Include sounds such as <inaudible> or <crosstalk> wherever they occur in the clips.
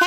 Hey,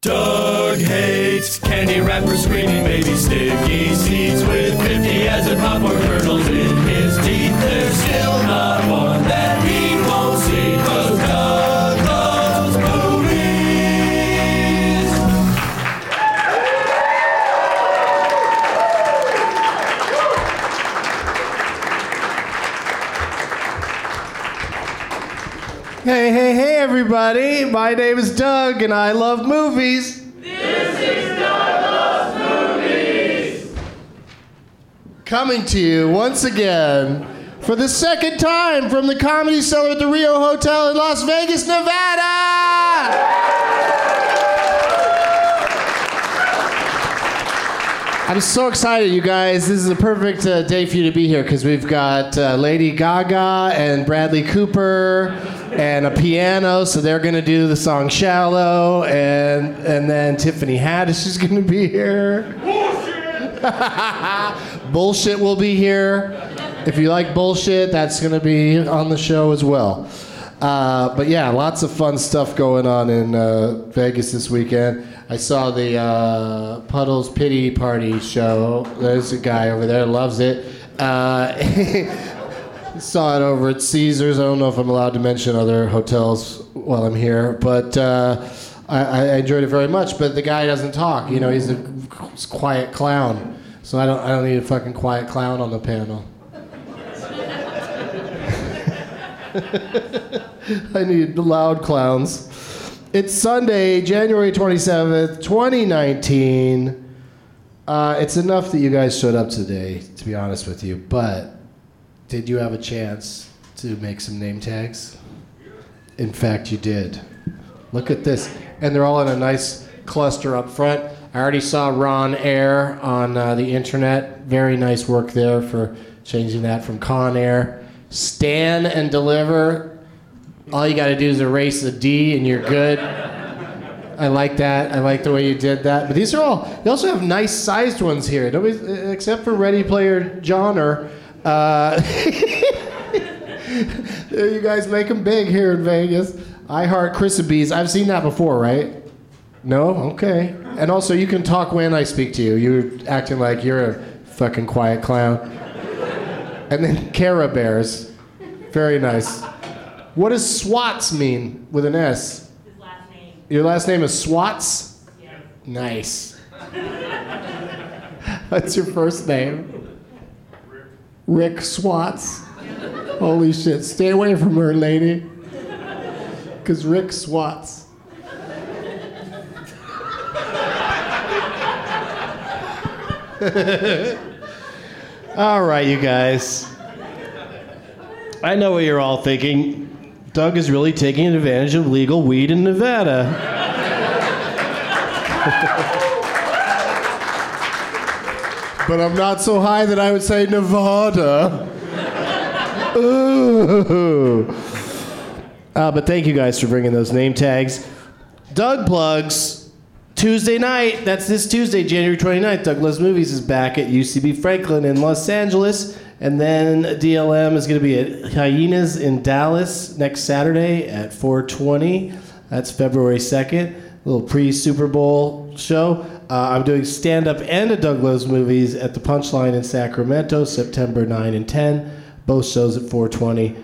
Doug hates candy wrappers, screaming baby sticky seeds with 50 as a popcorn kernels in his teeth. There's still not one that he won't see 'cause Doug loves movies. Hey, hey, hey, everybody. My name is Doug, and I love movies. This is Doug Loves Movies. Coming to you once again for the second time from the Comedy Cellar at the Rio Hotel in Las Vegas, Nevada. I'm so excited, you guys. This is a perfect uh, day for you to be here because we've got uh, Lady Gaga and Bradley Cooper and a piano, so they're going to do the song Shallow, and, and then Tiffany Haddish is going to be here. Bullshit! <laughs> bullshit will be here. If you like bullshit, that's going to be on the show as well. Uh, but yeah, lots of fun stuff going on in uh, Vegas this weekend. I saw the uh, Puddles Pity Party show. There's a guy over there loves it. Uh, <laughs> saw it over at Caesars. I don't know if I'm allowed to mention other hotels while I'm here, but uh, I, I enjoyed it very much. But the guy doesn't talk. You know, he's a quiet clown. So I don't. I don't need a fucking quiet clown on the panel. <laughs> I need loud clowns. It's Sunday, January 27th, 2019. Uh, it's enough that you guys showed up today, to be honest with you, but did you have a chance to make some name tags? In fact, you did. Look at this. And they're all in a nice cluster up front. I already saw Ron Air on uh, the internet. Very nice work there for changing that from Con Air. Stand and deliver. All you got to do is erase the D and you're good. I like that. I like the way you did that. But these are all. They also have nice sized ones here. Nobody, except for Ready Player John or. Uh, you guys make them big here in Vegas. I heart Chrysobees. I've seen that before, right? No? Okay. And also, you can talk when I speak to you. You're acting like you're a fucking quiet clown. And then Cara Bears. Very nice. What does SWATS mean with an S? Your last name is Swats? Nice. That's your first name? Rick. Swats. Holy shit. Stay away from her, lady. Because Rick Swats. <laughs> All right, you guys. I know what you're all thinking. Doug is really taking advantage of legal weed in Nevada. <laughs> But I'm not so high that I would say Nevada. Ooh. <laughs> Uh, but thank you guys for bringing those name tags. Doug plugs Tuesday night. That's this Tuesday, January 29th. Douglas Movies is back at UCB Franklin in Los Angeles. And then DLM is going to be at Hyenas in Dallas next Saturday at 420. That's February 2nd. little pre Super Bowl show. Uh, I'm doing stand up and a Douglas Movies at the Punchline in Sacramento, September 9 and 10. Both shows at 420.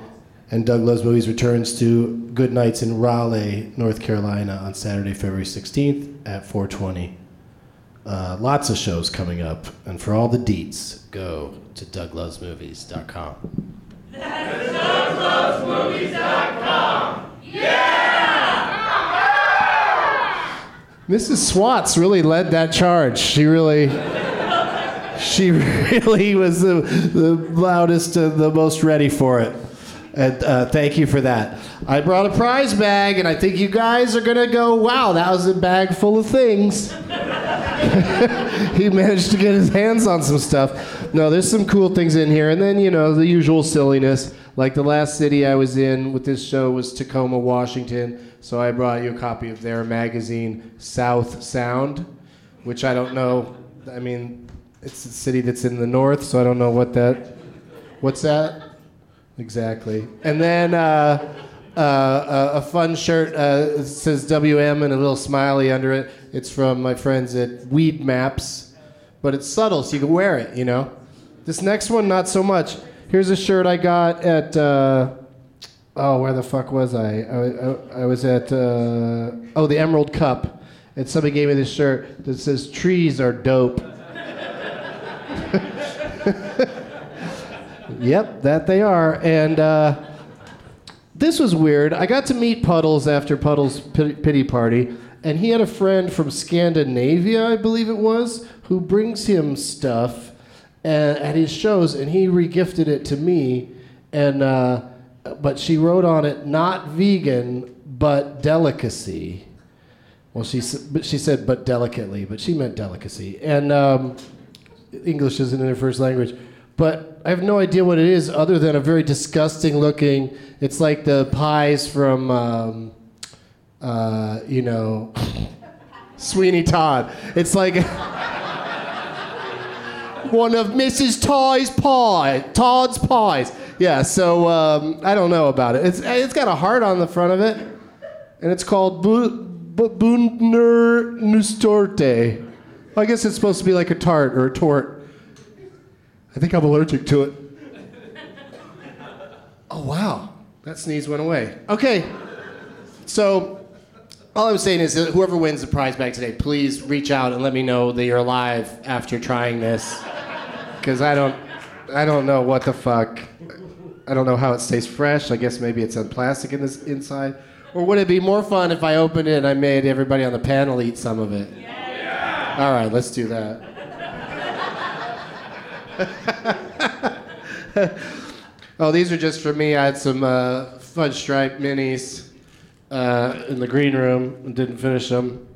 And Doug Loves Movies returns to Good Nights in Raleigh, North Carolina on Saturday, February 16th at 420. Uh, lots of shows coming up. And for all the deets, go to douglovesmovies.com. Mrs. Swats really led that charge. She really. <laughs> She really was the, the loudest and the most ready for it. And uh, thank you for that. I brought a prize bag, and I think you guys are gonna go, wow, that was a bag full of things. he managed to get his hands on some stuff. No, there's some cool things in here, and then you know the usual silliness. Like the last city I was in with this show was Tacoma, Washington. So I brought you a copy of their magazine, South Sound, which I don't know. I mean, it's a city that's in the north, so I don't know what that. What's that? Exactly. And then uh, uh, uh, a fun shirt uh, it says WM and a little smiley under it. It's from my friends at Weed Maps, but it's subtle, so you can wear it, you know? This next one, not so much. Here's a shirt I got at. Uh, oh, where the fuck was I? I, I, I was at. Uh, oh, the Emerald Cup. And somebody gave me this shirt that says, Trees are dope. Yep, that they are. And uh, this was weird. I got to meet Puddles after Puddles' pi- pity party, and he had a friend from Scandinavia, I believe it was, who brings him stuff uh, at his shows, and he regifted it to me. And uh, but she wrote on it, "Not vegan, but delicacy." Well, she s- but she said but delicately, but she meant delicacy. And um, English isn't in her first language, but I have no idea what it is other than a very disgusting looking. It's like the pies from, um, uh, you know, Sweeney Todd. It's like <laughs> one of Mrs. Todd's pie, Todd's pies. Yeah, so um, I don't know about it. It's it's got a heart on the front of it, and it's called Bu- Bu- Bundner Nustorte. I guess it's supposed to be like a tart or a tort. I think I'm allergic to it. Oh wow, that sneeze went away. Okay, so all I'm saying is that whoever wins the prize bag today, please reach out and let me know that you're alive after trying this, because I don't, I don't know what the fuck. I don't know how it stays fresh. I guess maybe it's on plastic in this inside. Or would it be more fun if I opened it and I made everybody on the panel eat some of it? All right, let's do that. <laughs> oh, these are just for me. I had some uh, fudge stripe minis uh, in the green room and didn't finish them.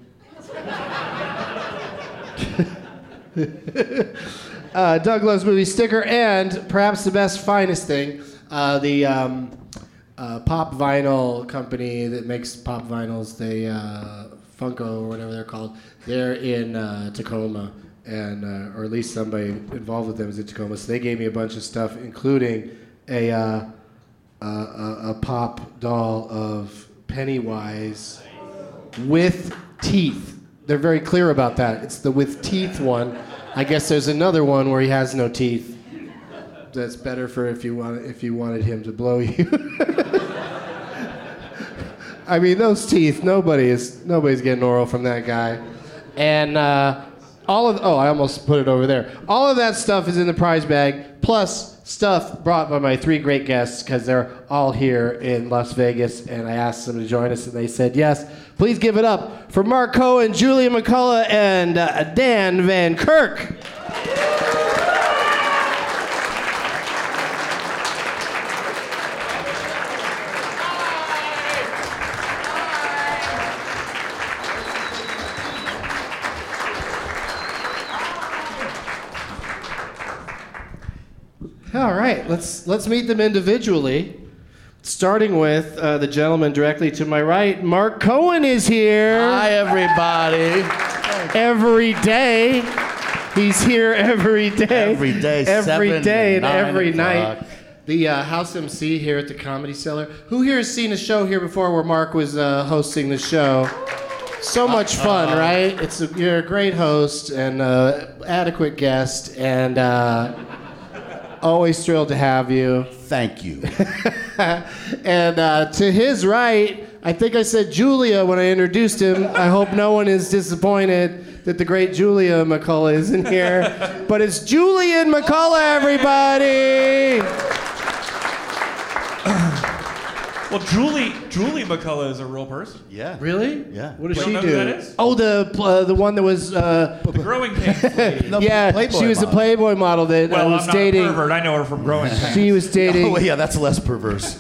uh, Doug Loves Movie sticker, and perhaps the best, finest thing uh, the um, uh, pop vinyl company that makes pop vinyls, they uh, Funko or whatever they're called. They're in uh, Tacoma, and uh, or at least somebody involved with them is in Tacoma. So they gave me a bunch of stuff, including a uh, a, a, a pop doll of Pennywise with teeth. They're very clear about that. It's the with teeth one. I guess there's another one where he has no teeth. That's better for if you want if you wanted him to blow you. I mean, those teeth. Nobody is nobody's getting oral from that guy. And uh, all of oh, I almost put it over there. All of that stuff is in the prize bag, plus stuff brought by my three great guests because they're all here in Las Vegas. And I asked them to join us, and they said yes. Please give it up for Mark Cohen, Julia McCullough, and uh, Dan Van Kirk. All right, let's let's meet them individually. Starting with uh, the gentleman directly to my right, Mark Cohen is here. Hi, everybody. every day. He's here every day. Every day, every seven day, and and nine every o'clock. night. The uh, house MC here at the Comedy Cellar. Who here has seen a show here before where Mark was uh, hosting the show? So much fun, right? It's a, you're a great host and uh, adequate guest, and uh, always thrilled to have you. Thank you. <laughs> And uh, to his right, I think I said Julia when I introduced him. I hope no one is disappointed that the great Julia McCullough isn't here. But it's Julian McCullough, everybody! Well, Julie Julie McCullough is a real <laughs> person. Yeah. Really? Yeah. What does You she don't do? know who that is? Oh, the pl- uh, the one that was. Uh, The growing <laughs> pains. lady. No, yeah, Playboy she was model. a Playboy model that uh, Well, I'm was not dating. a pervert. I know her from growing <laughs> pains. She <laughs> was <laughs> Oh, dating. yeah, that's less perverse.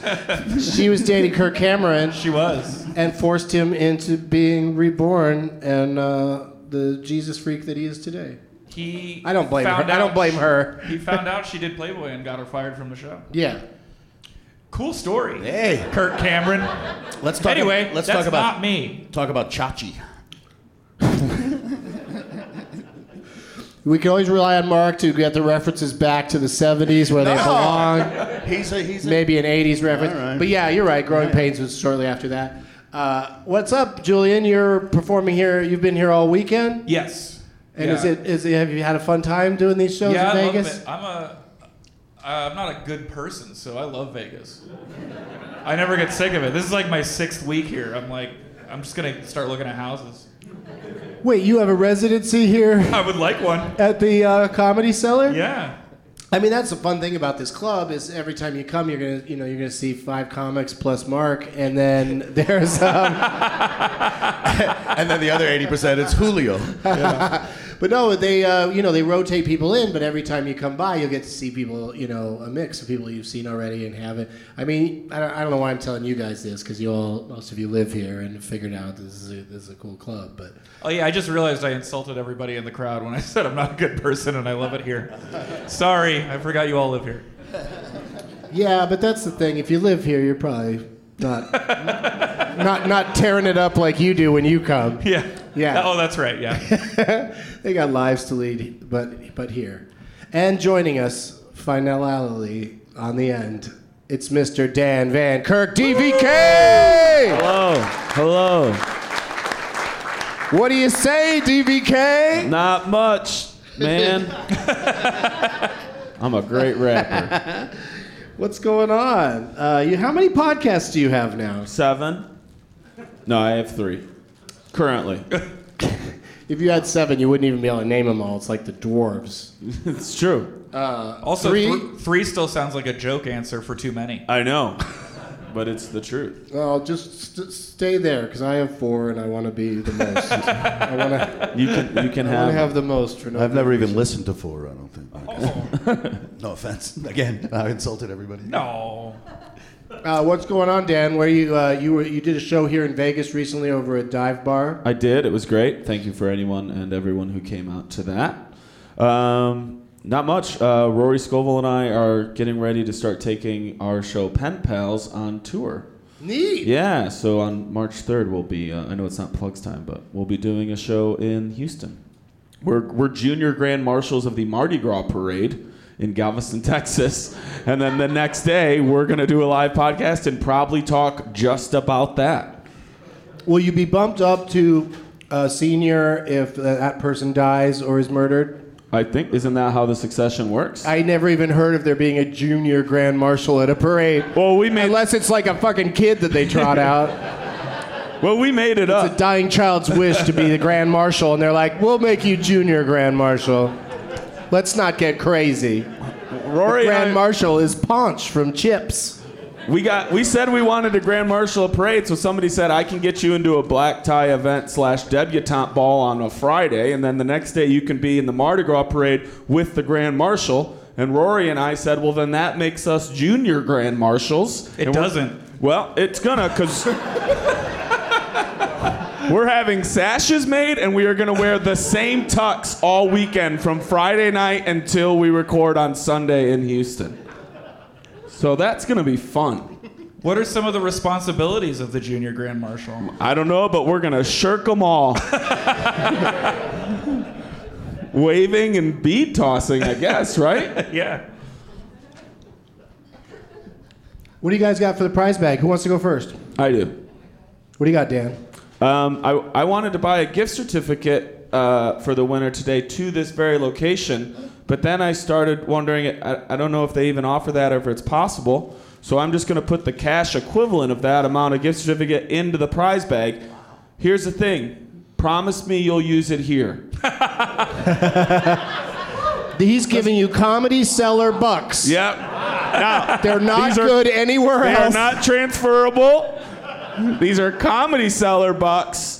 she was dating Kirk Cameron She was. and forced him into being reborn and uh, the Jesus freak that he is today. He. I don't blame found her. I out- don't blame her. He found out she did Playboy and got her fired from the show. Yeah. Cool story. Hey. Kirk Cameron. Let's talk. Anyway, let's that's talk about not me. talk about Chachi. We can always rely on Mark to get the references back to the 70s where they <laughs> No. belong, He's a he's a, maybe an 80s reference. All right. But yeah, you're right. Growing Pains was shortly after that. Uh, what's up, Julian? You're performing here. You've been here all weekend. Yes. And Yeah. is it is it, have you had a fun time doing these shows yeah, in I love Vegas? it. I'm a. uh, I'm not a good person, so I love Vegas. I never get sick of it. This is like my sixth week here. I'm like, I'm just gonna start looking at houses. Wait, you have a residency here I would like one. at the uh, Comedy Cellar? Yeah. I mean, that's the fun thing about this club is every time you come, you're gonna, you know, you're gonna see five comics plus Mark, and then <laughs> there's um, and then the other eighty percent is <laughs> Julio. <laughs> But no, they uh, you know they rotate people in, but every time you come by, you'll get to see people you know a mix of people you've seen already and haven't. I mean, I don't, I don't know why I'm telling you guys this because you all most of you live here and figured out this is a, this is a cool club. But Oh yeah, I just realized I insulted everybody in the crowd when I <laughs> said I'm not a good person and I love it here. Sorry, I forgot you all live here. <laughs> yeah, but that's the thing. If you live here, you're probably not <laughs> not not tearing it up like you do when you come. Yeah. Yeah. Oh, that's right. Yeah. they got lives to lead, but but here, and joining us finally on the end, it's Mr. Dan Van Kirk, DVK. Hello. Oh, Hello. What do you say, DVK? Not much, man. I'm a great rapper. What's going on? Uh, you, how many podcasts do you have now? Seven? No, I have three. Currently. <laughs> If you had seven, you wouldn't even be able to name them all. It's like the dwarves. It's true. Also, Three. three. three still sounds like a joke answer for too many. I know. But it's the truth. Well, just st- stay there because I have four, and I want to be the most. <laughs> I want to You can you <laughs> can have, have the most for no. I've never even listened to four. I don't think. <laughs> No offense. Again, I insulted everybody. Oh. No. Uh, what's going on, Dan? Where you uh, you were you did a show here in Vegas recently over at Dive Bar? I did. It was great. Thank you for anyone and everyone who came out to that. Um, not much. Uh, Rory Scovel and I are getting ready to start taking our show Pen Pals on tour. Neat. Yeah, so on March 3rd, we'll be, uh, I know it's not plugs time, but we'll be doing a show in Houston. We're, we're junior grand marshals of the Mardi Gras parade in Galveston, <laughs> Texas. And then the next day, we're going to do a live podcast and probably talk just about that. Will you be bumped up to uh, senior if uh, that person dies or is murdered? I think, isn't that how the succession works? I never even heard of there being a junior grand marshal at a parade. Well, we made- unless it's like a fucking kid that they <laughs> trot out. well, we made it It's a dying child's wish to be the grand marshal, and they're like, "We'll make you junior grand marshal." Let's not get crazy. Rory, and Grand I- marshal is Paunch from Chips. We got. We said we wanted a grand marshal of parade, so somebody said I can get you into a black tie event slash debutante ball on a Friday, and then the next day you can be in the Mardi Gras parade with the grand marshal. And Rory and I said, well, then that makes us junior grand marshals. It And we're- doesn't. Well, it's gonna, cause. We're having sashes made, and we are going to wear the same tux all weekend from Friday night until we record on Sunday in Houston. So that's going to be fun. What are some of the responsibilities of the junior grand marshal? I don't know, but we're gonna shirk them all. <laughs> Waving and bead tossing, I guess, right? yeah. What do you guys got for the prize bag? Who wants to go first? I do. What do you got, Dan? Um, I, I wanted to buy a gift certificate uh, for the winner today to this very location, but then I started wondering I, I don't know if they even offer that or if it's possible. So I'm just going to put the cash equivalent of that amount of gift certificate into the prize bag. Here's the thing promise me you'll use it here. He's giving you comedy seller bucks. Yep. They're not These are- good anywhere They are else. not transferable. These are comedy seller bucks.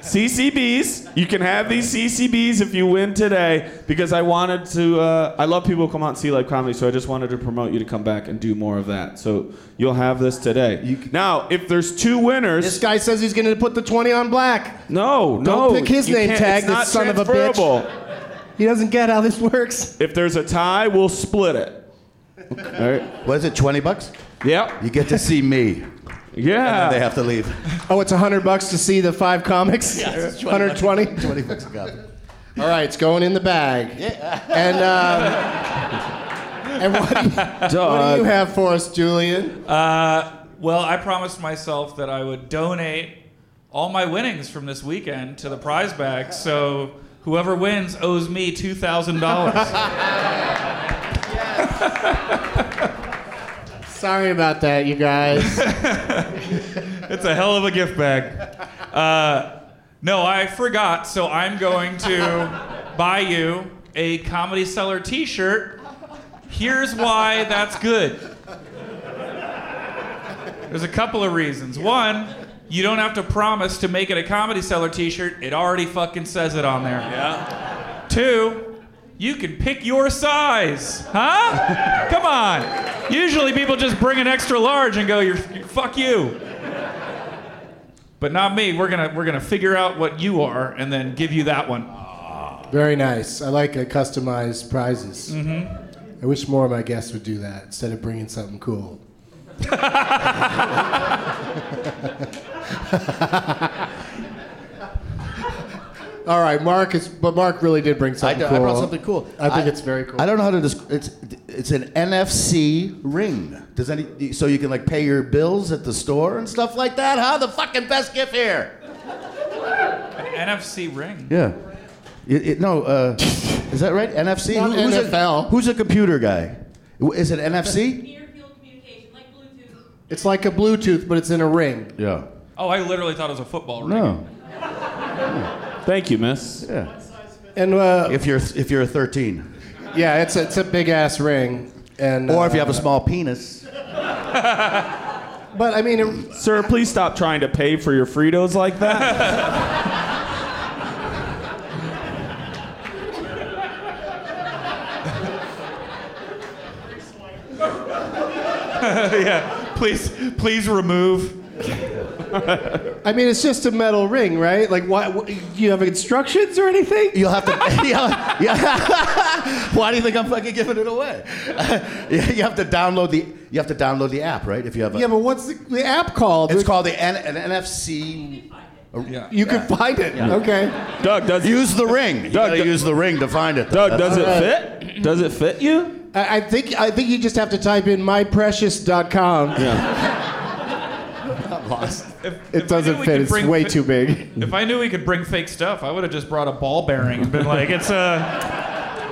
CCBs. You can have these CCBs if you win today because I wanted to. Uh, I love people who come out and see live comedy, so I just wanted to promote you to come back and do more of that. So you'll have this today. now, if there's two winners, This guy says he's going to put the 20 on black. no, no, Don't pick his you name can't- tag, it's that not son of a bitch. transferable. He doesn't get how this works. If there's a tie, we'll split it. All right. What is it? Twenty bucks? Yep. You get to see me. Yeah. They have to leave. Oh, it's 100 bucks to see the five comics? it's 20 bucks. 120? <laughs> Twenty bucks a copy. All right, it's going in the bag. And, um, and what, <laughs> do you, what do you have for us, Julian? Uh, well, I promised myself that I would donate all my winnings from this weekend to the prize bag, so whoever wins owes me $2,000. Sorry about that, you guys. it's a hell of a gift bag. Uh, no, I forgot, so I'm going to buy you a Comedy Cellar t shirt. Here's why that's good. There's a couple of reasons. One, you don't have to promise to make it a Comedy Cellar t shirt, it already fucking says it on there. Yeah. Two, you can pick your size, huh? Come on. Usually people just bring an extra large and go, "You're fuck you." But not me. We're gonna we're gonna figure out what you are and then give you that one. Very nice. I like uh, customized prizes. Mm-hmm. I wish more of my guests would do that instead of bringing something cool. <laughs> All right, Mark is, but Mark really did bring I, something d- cool. I brought something cool. I think it's very cool. I don't know how to describe. It's it's an NFC ring. Does any so you can like pay your bills at the store and stuff like that? Huh? The fucking best gift here. An NFC ring. Yeah. It, it, no, uh, is that right? NFC. Not NFL. A, who's a computer guy? Wh- Is it NFC? near field communication, like Bluetooth. It's like a Bluetooth, but it's in a ring. Yeah. Oh, I literally thought it was a football ring. No. Thank you, miss. Yeah. And uh, If you're if you're a 13, yeah, it's a, it's a big ass ring. And or if you uh, have a small penis. but I mean, it, Sir, please stop trying to pay for your Fritos like that. Please please remove. I mean, it's just a metal ring, right? Like, why? wh- do you have instructions or anything? You'll have to. <laughs> yeah, yeah. <laughs> Why do you think I'm fucking giving it away? <laughs> you have to download the. You have to download the app, right? If you have a. Yeah, but what's the, the app called? it's called the N, an NFC. Yeah. You can find it. Okay. Doug, does Use the ring. You gotta Doug- use the ring to find it. Doug, <laughs> does That's- it fit? Does it fit you? I, I think I think you just have to type in myprecious.com. If, It doesn't fit. It's way too big. If I knew we could bring fake stuff, I would have just brought a ball bearing and been like, "It's a,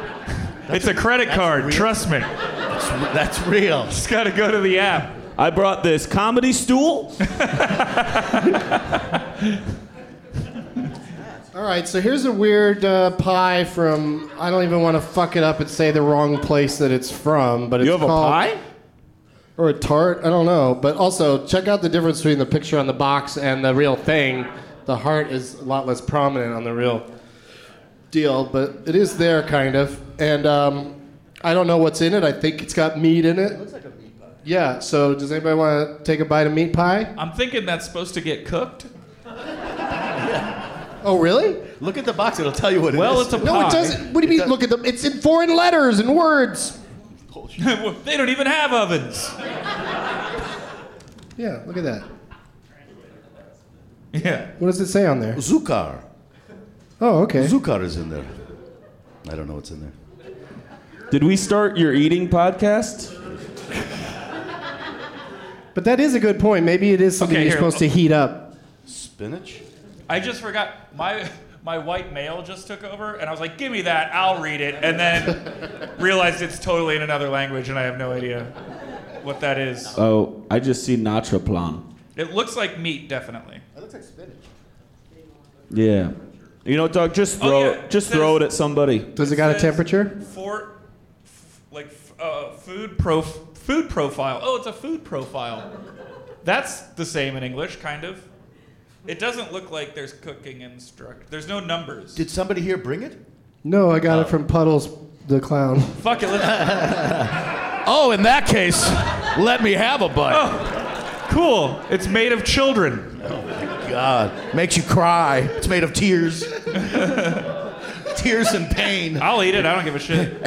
it's a credit card. Trust me, That's real. just gotta go to the app." I brought this comedy stool. All right, so here's a weird uh, pie from. I don't even want to fuck it up and say the wrong place that it's from, but it's You have a called, pie? or a tart. I don't know, but also check out the difference between the picture on the box and the real thing. The heart is a lot less prominent on the real deal, but it is there kind of. And um, I don't know what's in it. I think it's got meat in it. It looks like a meat pie. Yeah. So does anybody want to take a bite of meat pie? I'm thinking that's supposed to get <laughs> cooked. Oh, really? Look at the box. It'll tell you what it Well, is. it's a No, it doesn't. What do you mean? Look at the. It's in foreign letters and words. doesn't. they don't even have ovens. Yeah, look at that. Yeah. What does it say on there? Zucar. Oh, okay. Zucar is in there. I don't know what's in there. Did we start your eating podcast? But that is a good point. Maybe it is something Okay, you're here. supposed to heat up. Spinach. I just forgot my my white male just took over, and I was like, "Give me that, I'll read it," and then realized it's totally in another language, and I have no idea what that is. Oh, I just see Natra Plan. It looks like meat, definitely. Yeah. You know, Doug, just Oh, throw yeah. it. Just throw it at somebody. Does it got a says- temperature? For f- like f- uh, food pro food profile. Oh, it's a food profile. That's the same in English, kind of. It doesn't look like there's cooking instruct. There's no numbers. Did somebody here bring it? No, I got it from Puddles the clown. Fuck it. Let's, Oh, in that case, let me have a bite. cool. It's made of children. God, makes you cry. It's made of tears. tears and pain. I'll eat it. I don't give a <laughs> shit.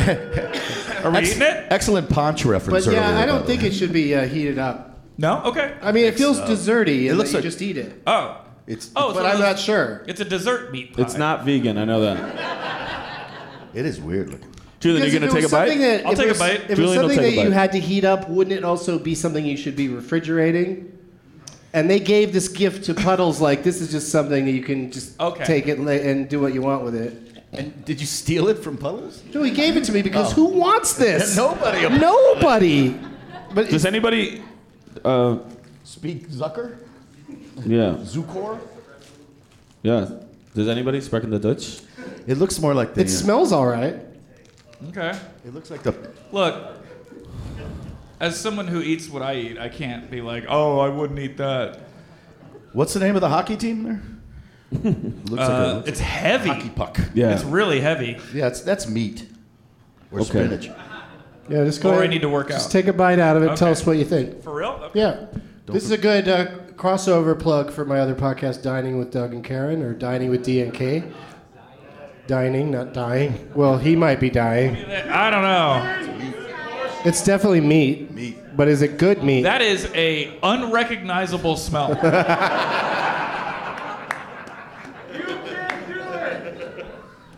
Are we eating it? Excellent Ponch reference. But yeah, earlier, I by don't the think way. it should be uh, heated up. No. Okay. I mean, it feels desserty. It looks like looks like- you just eat it. Oh. It's, Oh, But it's, I'm one of not those- sure. it's a dessert meat pie. It's not vegan. I know that. it is weird looking. Julian, Because you if gonna it take a was bite? something that- I'll if it take a was- bite. If it was Julian will something take that a you bite. had to heat up, wouldn't it also be something you should be refrigerating? And they gave this gift to Puddles like this is just something that you can just Okay. take it la- and do what you want with it. And did you steal it from Puddles? No, he gave it to me Oh. because who <laughs> wants <laughs> this? Nobody. Nobody. But Does anybody? Uh, Speak Zucker? yeah, Zukor? yeah. Does anybody speak in the Dutch? It looks more like the. uh, it smells all right. Okay. it looks like the. Look. As someone who eats what I eat, I can't be like, oh, I wouldn't eat that. What's the name of the hockey team there? looks Uh, like a it's heavy. hockey puck. Yeah. It's really heavy. Yeah, it's, that's meat or Okay. spinach. Yeah, just go. Or I ahead. need to work out. Just take a bite out of it. Tell Okay. us what you think. For real? Yeah. this is a good uh, crossover plug for my other podcast, Dining with Doug and Karen, or Dining with D and K. Dining, not dying. Well, he might be dying. I don't know. It's definitely meat. Meat. But is it good meat? That is a unrecognizable smell.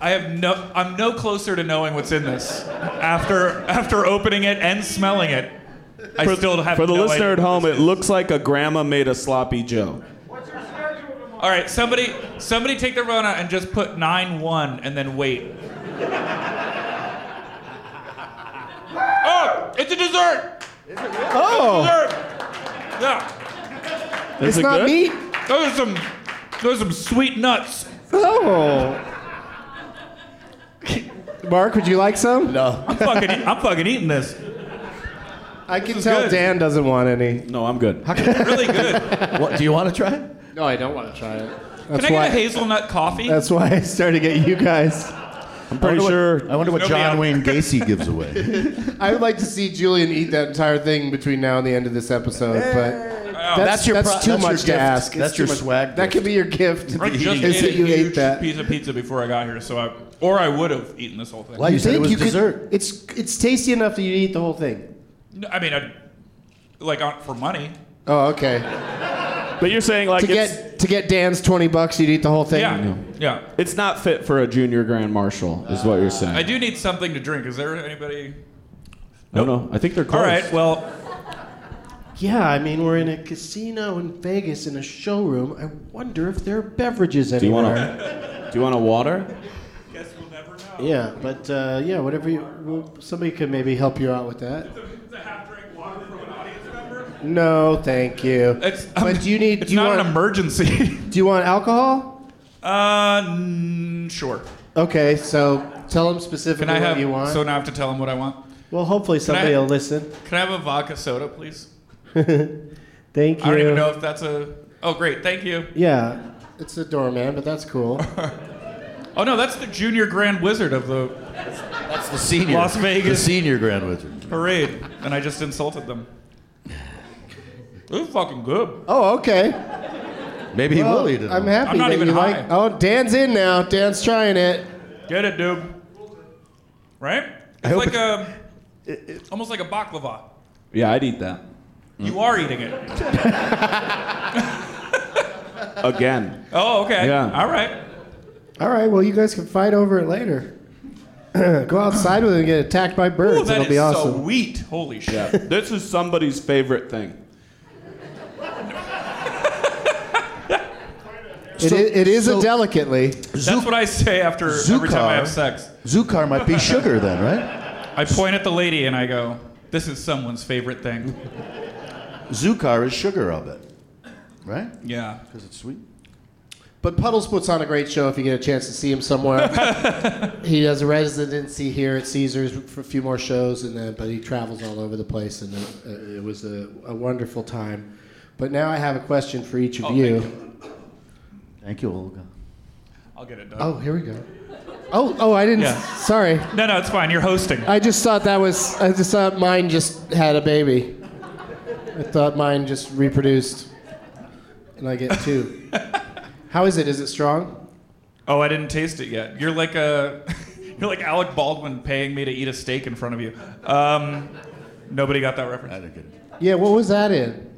I have no I'm no closer to knowing what's in this after after opening it and smelling it. I still have For the no idea. listener at home, it looks like a grandma made a sloppy Joe. All right, somebody somebody take their phone out and just put 9-1 and then wait. oh, it's a dessert. oh, Dessert. Yeah. Is it's it not good? meat. Those are some those are some sweet nuts. Oh. Mark, would you like some? I'm fucking I'm fucking eating this. I can is tell good. Dan doesn't want any. No, I'm good. Really good. What, do you want to try it? No, I don't want to try it. That's Can I why. get a hazelnut coffee? that's why I started to get you guys. I'm pretty sure. I wonder what There's nobody John out. Wayne Gacy gives away. I would like to see Julian eat that entire thing between now and the end of this episode, but All Wow. That's your pro- that's too that's your much to gift. ask. That's It's your too much- swag That gift. could be your gift. I is just that ate a you ate huge that. piece of pizza before I got here, so I or I would have eaten this whole thing. Well, you said it was could- dessert. It's it's tasty enough that you eat the whole thing. No, I mean, I, like on, for money. Oh, okay. But you're saying like to it's, get to get Dan's twenty bucks, you'd eat the whole thing. Yeah, yeah. it's not fit for a junior grand marshal, is what you're saying. I do need something to drink. Is there anybody? No, no, I think they're close. All right. Well, Yeah, I mean we're in a casino in Vegas in a showroom. I wonder if there are beverages do you anywhere. want a Do you want a water? guess we'll never know. Oh. Yeah, but uh, yeah, whatever you. Well, somebody could maybe help you out with that. It's a half drink water from an audience member. No, thank you. It's, um, but do you need? It's do you not want? an emergency. <laughs> do you want alcohol? uh, n- sure. Okay, so tell them specifically Can I what have? you want. So now I have to tell them what I want. well, hopefully somebody I- will listen. Can I have a vodka soda, please? Thank you. I don't even know if that's a. Oh, great. Thank you. Yeah, it's a doorman, but that's cool. Oh no, that's the junior grand wizard of the That's the senior. Las Vegas. The senior Grand Wizard. parade, and I just insulted them. This is fucking good. Oh, okay. Maybe he will eat it. I'm happy I'm not that even you high. like. Oh, Dan's in now. Dan's trying it. Get it, dude. Right? It's like a, almost like a baklava. Yeah, I'd eat that. You are eating it. Again. Oh, okay. Yeah. All right. All right. Well, you guys can fight over it later. <clears throat> Go outside with it and get attacked by birds. Ooh, that It'll is be awesome. sweet. Holy shit. Yeah. this is somebody's favorite thing. It i- it is a delicately. That's what I say after every time I have Zucar. sex. Zucar might be sugar then, right? I point at the lady and I go, "This is someone's favorite thing." Zucar is sugar, I'll bet. Right? Yeah. Because it's sweet. But Puddles puts on a great show if you get a chance to see <laughs> him somewhere. he has a residency here at Caesars for a few more shows, and then but he travels all over the place, and uh, it, it was a, a wonderful time. But now I have a question for each of Oh, you. thank Thank you, Olga. I'll get it done. Oh, here we go. Oh, oh, I didn't. Yeah. Sorry, No, no, it's fine. You're hosting. I just thought that was. I just thought mine just had a baby. I thought mine just reproduced, and I get <laughs> two. How is it? Is it strong? Oh, I didn't taste it yet. You're like a, <laughs> you're like Alec Baldwin paying me to eat a steak in front of you. Um, nobody got that reference. I didn't get it. Yeah. What was that in?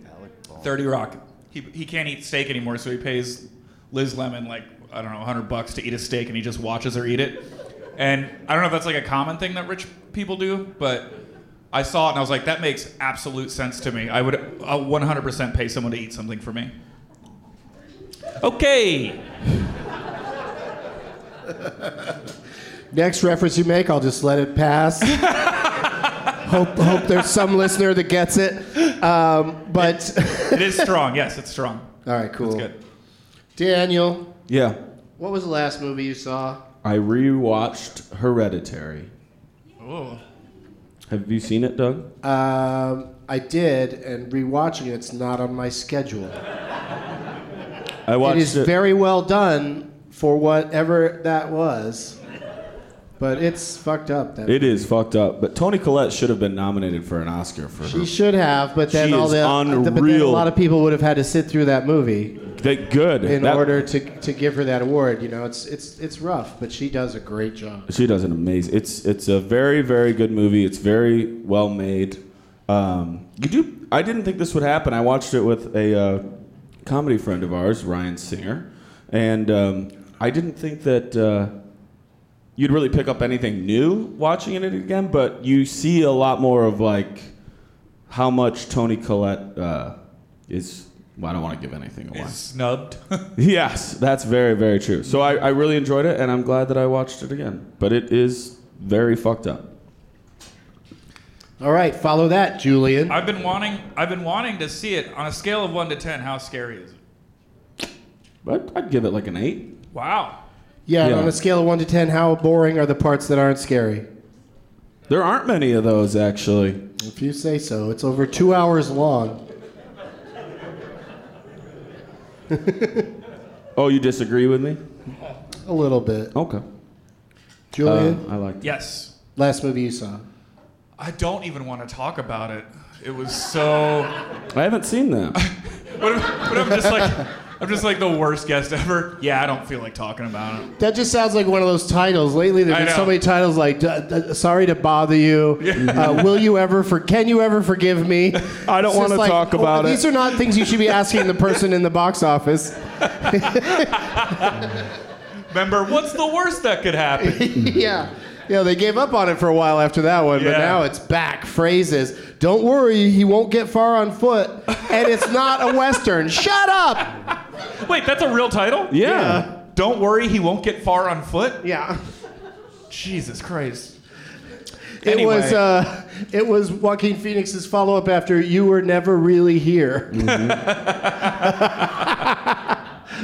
Thirty Rock. He he can't eat steak anymore, so he pays Liz Lemon like I don't know, hundred bucks to eat a steak, and he just watches her eat it. And I don't know if that's like a common thing that rich people do, but I saw it and I was like, that makes absolute sense to me. I would uh, 100% pay someone to eat something for me. Okay. Next reference you make, I'll just let <laughs> it pass. hope, hope there's some listener that gets it. Um, but It is strong. Yes, it's strong. <laughs> all right, cool. It's good. Daniel, Yeah. what was the last movie you saw? I rewatched Hereditary. Oh. Have you seen it, Doug? Um, I did, and rewatching it's not on my schedule. I It watched is very well done for whatever that was, but it's fucked up. That it is fucked up, but Tony Collette should have been nominated for an Oscar for her. she should have, but then She all is the but then a unreal. lot of people would have had to sit through that movie. That good. in That- order to, to give her that award. You know, it's it's it's rough, but she does a great job. She does an amazing. It's it's a very very good movie. It's very well made. Um, you do. I didn't think this would happen. I watched it with a uh, comedy friend of ours, Ryan Singer, and um, I didn't think that uh, you'd really pick up anything new watching it again. But you see a lot more of like how much Tony Collette uh, is. Well, I don't want to give anything away. It's snubbed. <laughs> Yes, that's very, very true. So I, I really enjoyed it, and I'm glad that I watched it again. But it is very fucked up. All right, follow that, Julian. I've been wanting I've been wanting to see it on a scale of 1 to 10. How scary is it? But I'd give it like an eight. Wow. Yeah, and yeah. on a scale of one to ten, how boring are the parts that aren't scary? There aren't many of those, actually. If you say so, it's over two hours long. Oh, you disagree with me? A little bit. Okay. Uh, Julian, I liked it. Yes. last movie you saw? I don't even want to talk about it. It was so. <laughs> I haven't seen that. What if, what if I'm just like, I'm just like the worst guest ever? Yeah, I don't feel like talking about it. That just sounds like one of those titles. Lately, I there's been know. so many titles like D- D- "Sorry to Bother You," Yeah. uh, "Will you ever for Can you ever forgive me?" I don't It's wanna just like, talk oh, about it. These are not things you should be asking the person in the box office. Remember, what's the worst that could happen? <laughs> yeah. Yeah, they gave up on it for a while after that one, but Yeah. now it's back. Phrases. Don't worry, he won't get far on foot. And it's not a Western. Shut up! Wait, that's a real title? Yeah. Don't worry, he won't get far on foot. Yeah. Jesus Christ. It Anyway. was uh, it was Joaquin Phoenix's follow up after "You Were Never Really Here,"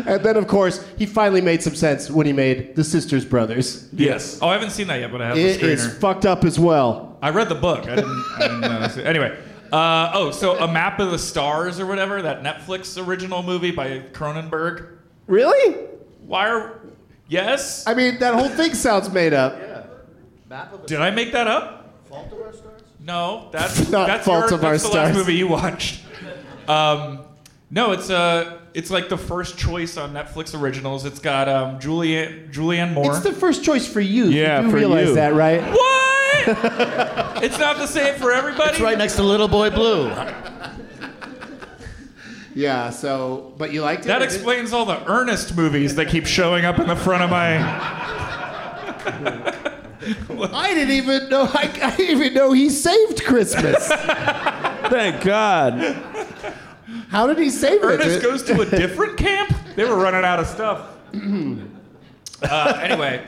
and then of course he finally made some sense when he made "The Sisters Brothers." Yes. Oh, I haven't seen that yet, but I have It the screener. is fucked up as well. I read the book. I didn't. I didn't uh, see- Anyway. Uh, oh, so A Map of the Stars or whatever, that Netflix original movie by Cronenberg. Really? Why are. Yes? I mean, that whole thing sounds made up. Did I make that up? Fault of Our Stars? No, that's <laughs> Not that's Fault your, of Our that's the Stars. last movie you watched. Um, no, it's uh, it's like the first choice on Netflix originals. It's got um, Julianne Julianne Moore. It's the first choice for you. Yeah, you do for realize you. that, right? what? <laughs> it's not the same for everybody. It's right next to Little Boy Blue. <laughs> Yeah. So, but you liked it. That explains all the Ernest movies that keep showing up in the front of my. I didn't even know. I, I didn't even know he saved Christmas. Thank <laughs> God. How did he save Ernest it? goes to a different camp. They were running out of stuff. uh, anyway,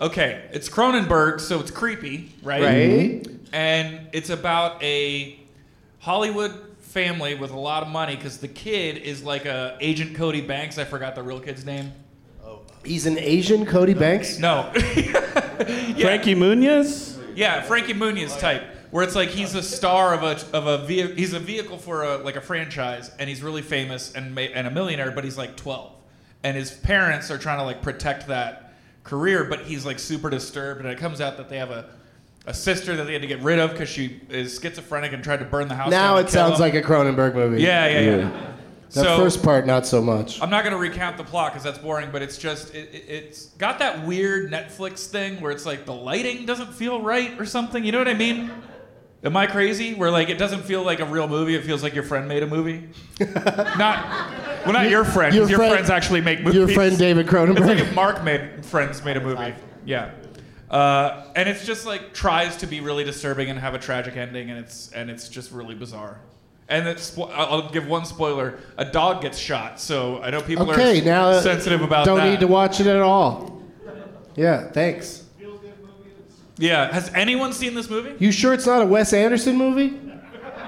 okay, it's Cronenberg, so it's creepy, Right. and it's about a Hollywood family with a lot of money because the kid is like a agent Cody Banks. I forgot the real kid's name. He's an Asian Cody Banks. No, <laughs> Frankie Muniz? yeah, Frankie Muniz type, where it's like he's a star of a of a ve- he's a vehicle for a like a franchise, and he's really famous and ma- and a millionaire, but he's like twelve, and his parents are trying to like protect that career, but he's like super disturbed, and it comes out that they have a. A sister that they had to get rid of because she is schizophrenic and tried to burn the house. Now down it and kill sounds him. like a Cronenberg movie. Yeah, yeah, yeah. The So first part, not so much. I'm not going to recount the plot because that's boring, but it's just it, it, it's got that weird Netflix thing where it's like the lighting doesn't feel right or something. You know what I mean? Am I crazy? Where like it doesn't feel like a real movie. It feels like your friend made a <laughs> movie. not well, not your friend. 'cause Your, friend- friends actually make movies. Your friend David It's like <laughs> Cronenberg. if Mark made Friends made a movie. Yeah. Uh, and it's just like tries to be really disturbing and have a tragic ending, and it's and it's just really bizarre. And it's, spo- I'll I'll give one spoiler: a dog gets shot. So I know people okay, are now uh, sensitive about Don't that. need to watch it at all. Yeah, thanks. Yeah. Has anyone seen this movie? You sure it's not a Wes Anderson movie?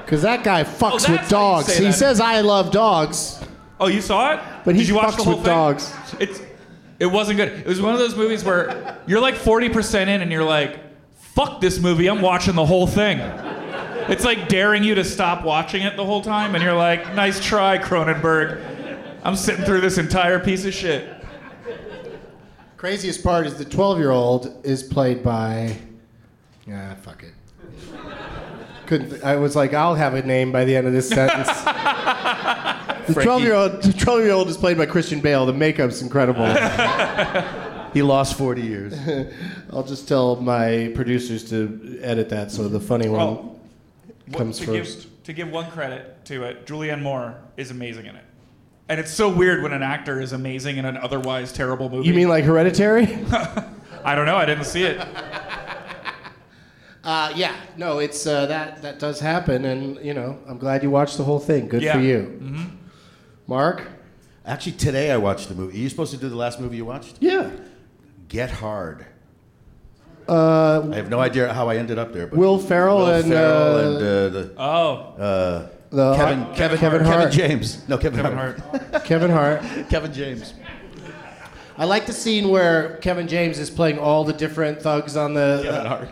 Because that guy fucks Oh, that's how you with dogs. say he that. says I love dogs. Oh, you saw it? But he Did you watch fucks the whole with thing? dogs. It's it wasn't good. It was one of those movies where you're like 40% in and you're like, "Fuck this movie. I'm watching the whole thing." It's like daring you to stop watching it the whole time and you're like, "Nice try, Cronenberg. I'm sitting through this entire piece of shit." Craziest part is the 12-year-old is played by. Yeah, fuck it. Couldn't. th- I was like, I'll have a name by the end of this <laughs> sentence. The 12-year-old, the 12-year-old is played by Christian Bale. The makeup's <laughs> incredible. He lost 40 years. <laughs> I'll just tell my producers to edit that so the funny one. Well, what- Comes to first. give to give one credit to it, Julianne Moore is amazing in it. And it's so weird when an actor is amazing in an otherwise terrible movie. you mean like Hereditary? I don't know. I didn't see it. <laughs> Uh, yeah, no, it's uh, that that does happen, and you know, I'm glad you watched the whole thing. Good Yeah. for you, Mm-hmm. Mark. Actually, today I watched the movie. Are you supposed to do the last movie you watched? Yeah. Get Hard. Uh, I have no idea how I ended up there. But Will Ferrell Will and, Ferrell uh, and, uh, the, Oh, the Kevin, Hart- Kevin, Kevin Kevin Hart. James. No, Kevin, Kevin Hart. Hart. Kevin <laughs> Hart. Kevin James. I like the scene where Kevin James is playing all the different thugs on the. <laughs> Kevin Hart.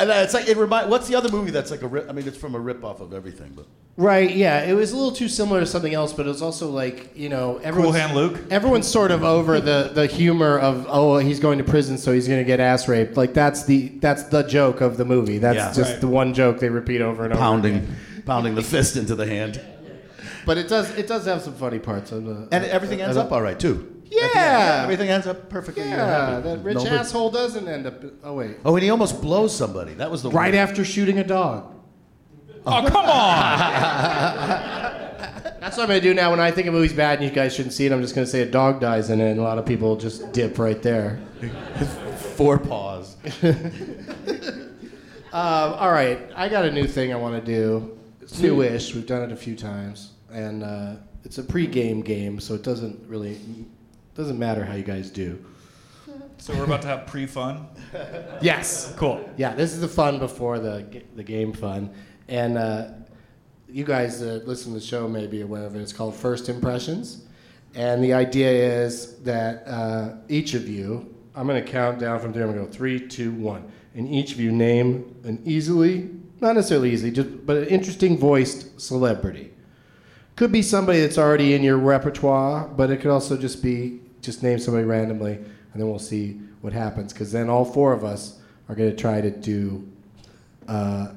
and it's like it remind. What's the other movie that's like a rip? I mean, it's from a rip off of everything, but Right, yeah. It was a little too similar to something else, but it was also like, you know, everyone's, Hand Luke? everyone's sort of over the, the humor of, oh, he's going to prison, so he's going to get ass raped. Like, that's the that's the joke of the movie. That's Yeah. just Right. the one joke they repeat over and over. pounding, pounding the fist into the hand, But it does it does have some funny parts. I'm, uh, and everything ends up all right too. Yeah. everything ends up perfectly. You're Yeah, happy. that rich No big- asshole doesn't end up. Oh, wait. Oh, and he almost blows somebody. That was the Right after shooting a dog. Oh, come on. <laughs> That's what I'm gonna do now. When I think a movie's bad and you guys shouldn't see it, I'm just gonna say a dog dies in it, and a lot of people just dip right there. four paws. Um, all right, I got a new thing I want to do. It's newish. We've done it a few times, and uh, it's a pre-game game, so it doesn't really doesn't matter how you guys do. So we're about to have pre-fun. Yes. Cool. Yeah, this is the fun before the g- the game fun, and uh, you guys that listen to the show may be aware of it. It's called First Impressions, and the idea is that uh, each of you, I'm going to count down from there. I'm going to go three, two, one, and each of you name an easily, not necessarily easy, just but an interesting voiced celebrity. Could be somebody that's already in your repertoire, but it could also just be just name somebody randomly, and then we'll see what happens. Because then all four of us are going to try to do uh,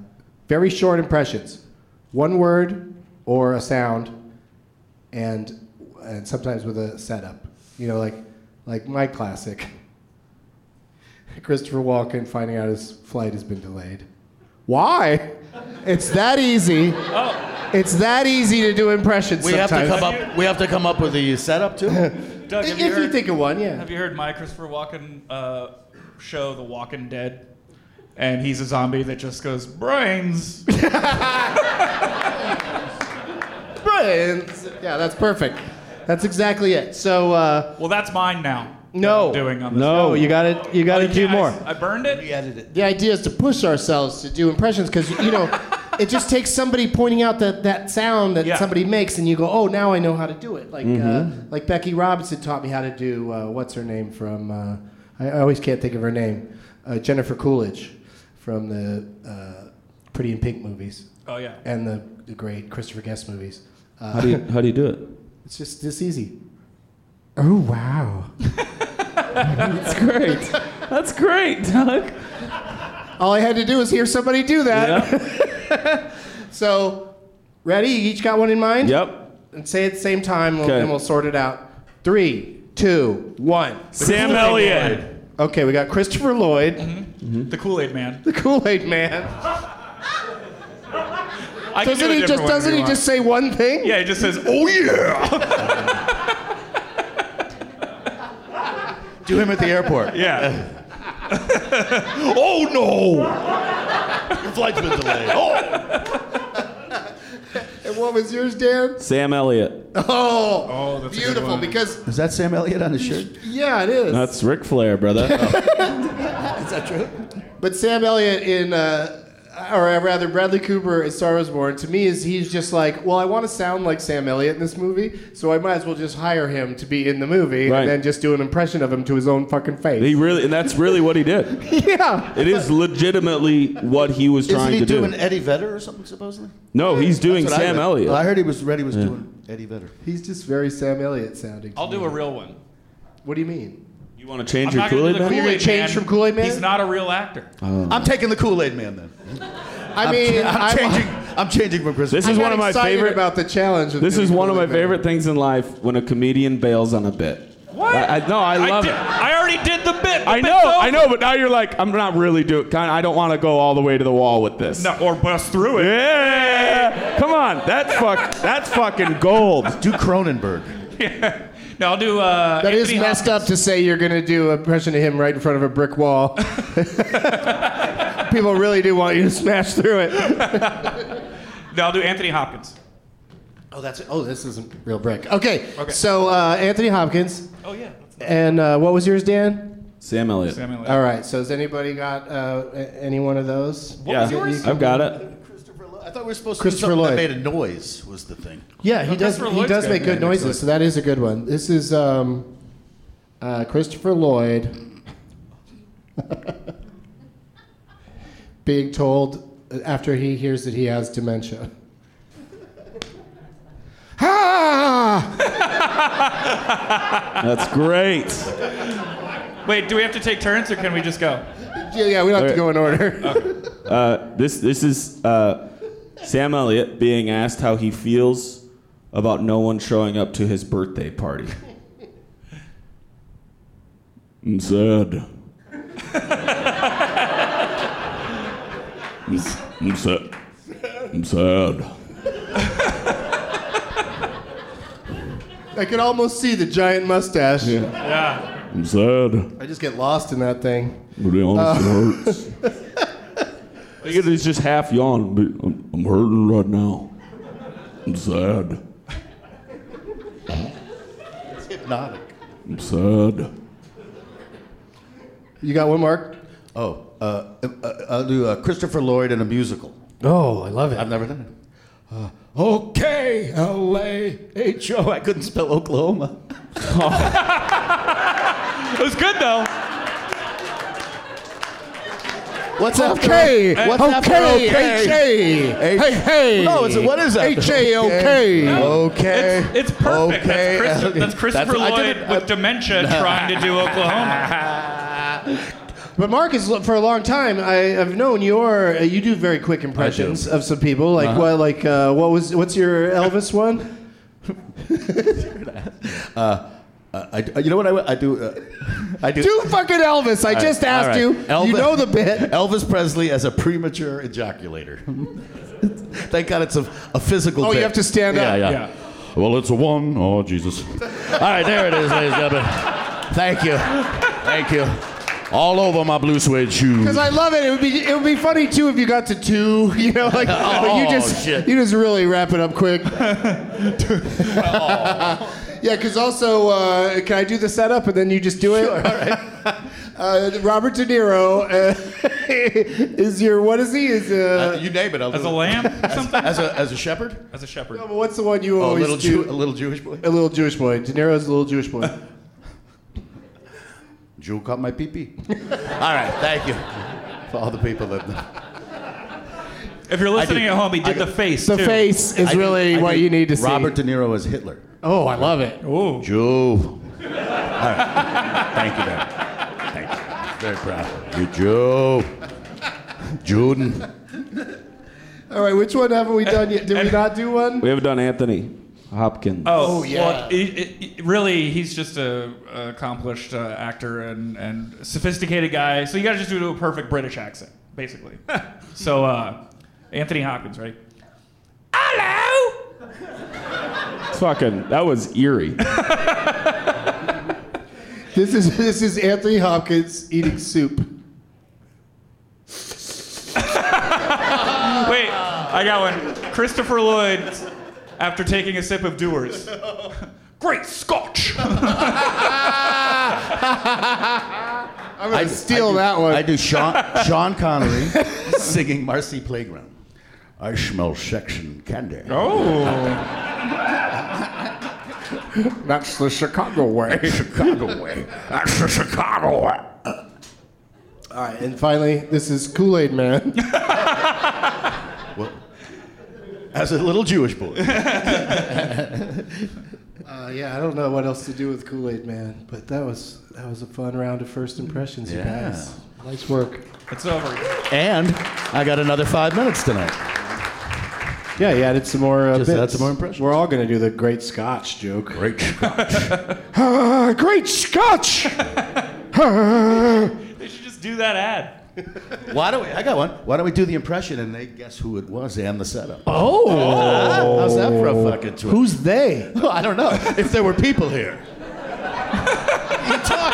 very short impressions, one word or a sound, and and sometimes with a setup. You know, like like my classic. <laughs> Christopher Walken finding out his flight has been delayed. Why? It's that easy. It's that easy to do impressions. We sometimes. have to come up. We have to come up with a setup too. Doug, have If you, you heard, think of one, yeah. have you heard my Christopher Walken uh, show, The Walking Dead? And he's a zombie that just goes, brains. Brains. Yeah, that's perfect. That's exactly it. So uh, Well, that's mine now. No. That I'm doing on this. no, you gotta you gotta Yeah, do I- more. I burned it. The idea is to push ourselves to do impressions because you know it just takes somebody pointing out that that sound that Yeah. somebody makes and you go, oh, now I know how to do it. Like uh, like Becky Robinson taught me how to do uh, what's her name from uh, I, I always can't think of her name uh, Jennifer Coolidge from the uh, Pretty in Pink movies Oh, yeah. and the, the great Christopher Guest movies. How do you how do you do it? It's just this easy. Oh wow! That's great. That's great, Doug. All I had to do was hear somebody do that. <laughs> Yep. So, ready? You each got one in mind? yep. And say it at the same time, we'll, Okay. and we'll sort it out. Three, two, one. Sam Elliott. Okay, we got Christopher Lloyd, Mm-hmm. The Kool Aid Man. the Kool Aid Man. I can do Doesn't a he different just one if doesn't you he want. just say one thing? Yeah, he just says, oh, yeah. Do him at the <laughs> airport. yeah. <laughs> Oh no! Your flight's been delayed. Oh, And what was yours, Dan? Sam Elliott. Oh, Oh, that's a good beautiful. one. Because is that Sam Elliott on his shirt? yeah, it is. That's Ric Flair, <laughs> brother. Is that true? But Sam Elliott in, uh, or rather Bradley Cooper in Star Wars Born, to me is he's just like, well, I want to sound like Sam Elliott in this movie, so I might as well just hire him to be in the movie Right. and then just do an impression of him to his own fucking he face. really, and that's really what he did. <laughs> yeah. It is legitimately what he was Isn't trying he to do. doing Eddie Vedder or something supposedly? no, he's doing That's what I Sam read. Elliott. I heard he was ready. Was doing Eddie Vedder. He's just very Sam Elliott sounding. to I'll me. do a real one. What do you mean? You want to change I'm your not gonna Kool-Aid do the man? You're gonna Kool-Aid change Man. from Kool-Aid Man? He's not a real actor. I'm taking the Kool Aid Man then. I mean, I'm, changing. I'm changing from Christmas. This is one of my favorite. about the challenge. of this doing is one of my Kool-Aid Man. favorite things in life when a comedian bails on a bit. What? I, I, no, I love did, it. I already did the bit. The I bit's know, over. I know, but now you're like, I'm not really doing. Kind I don't want to go all the way to the wall with this. No, or bust through it. Yeah, come on, that's fuck, that's fucking gold. Do Cronenberg. No, I'll do. Uh, That is Anthony messed Hopkins. up to say you're going to do an impression of him right in front of a brick <laughs> wall. People really do want Oh, you to smash through it. No, I'll do Anthony Hopkins. Oh, that's oh, this isn't real brick. Okay, so uh, Anthony Hopkins, Oh yeah. and uh, what was yours, Dan? Sam Elliott. Sam Elliott. All right, so has anybody got uh, a- any one of those? yeah, I've got it. Christopher Lloyd. I thought we were supposed to Christopher do something Lloyd. that made a noise. Was the thing. Yeah, he No, does. Christopher He Lloyd's does good. make good Yeah, noises, so that is a good one. This is um, uh, Christopher Lloyd <laughs> being told after he hears that he has dementia. ah! That's great. Wait, do we have to take turns or can we just go? Yeah, yeah, we don't have to go in order. Uh, this this is uh, Sam Elliott being asked how he feels about no one showing up to his birthday party. I'm sad. I'm, s- I'm sad. I'm sad. <laughs> I can almost see the giant mustache. Yeah. I'm sad. I just get lost in that thing. To be honest, it hurts. I think it's just half yawn. But I'm, I'm hurting right now. I'm sad. Hypnotic. I'm sad. You got one, Mark? Oh, uh, uh, uh, I'll do uh, Christopher Lloyd in a musical. Oh, I love I've never done it. Uh, okay, L A H O. I couldn't spell Oklahoma. It was good though. What's after Okay, What's after okay, okay? hey, hey, hey, hey. No, it's, what is that? H-A-O-K. Okay. It's, it's perfect. Okay. That's, Christo- <laughs> okay. that's Christopher I Lloyd did it- uh, with <laughs> dementia trying to do Oklahoma. But Mark is for a long time. I, I've known your. Uh, you do very quick impressions of some people. Like what? Like uh, what was? What's your Elvis one? Uh, I, I- you know what I, I do? Uh, <laughs> I do. Do fucking Elvis! I All right, just asked all you. right. You Elvis- know the bit. Elvis Presley as a premature ejaculator. <laughs> Thank God it's a, a physical. Oh, you bit. have to stand yeah, up. Yeah. Well, it's a one. Oh, Jesus. All right, there it is, ladies and gentlemen. Thank you. Thank you. All over my blue suede shoes. Because I love it. It would be. It would be funny too if you got to two. <laughs> You know, <laughs> like but you Oh, just. shit. You just really wrap it up <laughs> quick. <laughs> yeah, because also, uh, can I do the setup and then you just do it? <laughs> uh, Robert De Niro uh, <laughs> is your. What is he? Is uh, Uh, you name it. I'll As do a it. lamb or something? As a as a shepherd. As a shepherd. But What's the one you Oh, a always little do? Jew, a little Jewish boy. a little Jewish boy. De Niro's a little Jewish boy. <laughs> Jew caught my <laughs> pee pee. all right. Thank you for all the people that. If you're listening did- at home, he did I- the face. the too. face is I do- really I what do you need to see. Robert De Niro as Hitler. Oh, I love it. Ooh. Jew. All right. Thank you, man. Thank you. Very proud. You Jew. Juden. All right, which one haven't we done yet? Did we not do one? We haven't done Anthony Hopkins. Oh, yeah. Well, it, it, it- really, he's just a, a accomplished uh, actor and, and sophisticated guy. So you gotta just do a perfect British accent, <laughs> basically. so, uh, Anthony Hopkins, right? Hello. Fucking, that was eerie. This is this is Anthony Hopkins eating soup. Wait, I got one. Christopher Lloyd, after taking a sip of Dewar's. Great Scotch. I'm gonna steal do- that one. I do Sean, Sean Connery <laughs> singing Marcy Playground. I smell sex and candy. oh. That's the Chicago way. Chicago way. That's the Chicago way. All right, and finally, this is Kool Aid Man. <laughs> Well, as a little <laughs> Jewish boy. Uh, yeah, I don't know what else to do with Kool Aid Man, but that was that was a fun round of first impressions, you Yeah. guys. Nice work. It's over. and I got another five minutes tonight. Yeah, he added some more. Uh, Just bits. add some more impressions. We're all gonna do the Great Scotch joke. Great Scott. Ah, great Scotch! Ah. They should just do that ad. Why don't we? I got one. Why don't we do the impression and they guess who it was and the setup? Ah, oh, How's that for a fucking twist? who's they? <laughs> I don't know. If there were people here. You talk-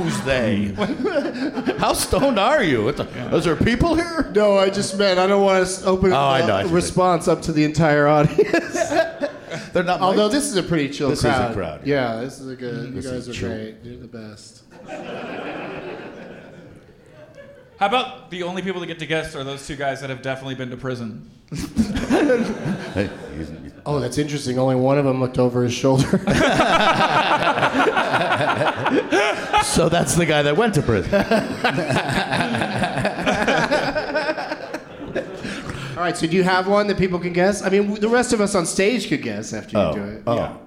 Who's they? <laughs> How stoned are you? What the, Is there people here? <laughs> No, I just meant I don't want to open Oh, I a know, I see. response up to the entire audience. They're <laughs> not. Although mic'd. this is a pretty chill This is a crowd. crowd, Mm-hmm. Yeah. this is a good. This you guys are is chill. great. You're the best. How about the only people that get to guess are those two guys that have definitely been to prison? Hey, he's- Oh, that's interesting. Only one of them looked over his <laughs> shoulder. <laughs> so that's the guy that went to prison. All right, so do you have one that people can guess? I mean, w- the rest of us on stage could guess after you Oh, do it. oh.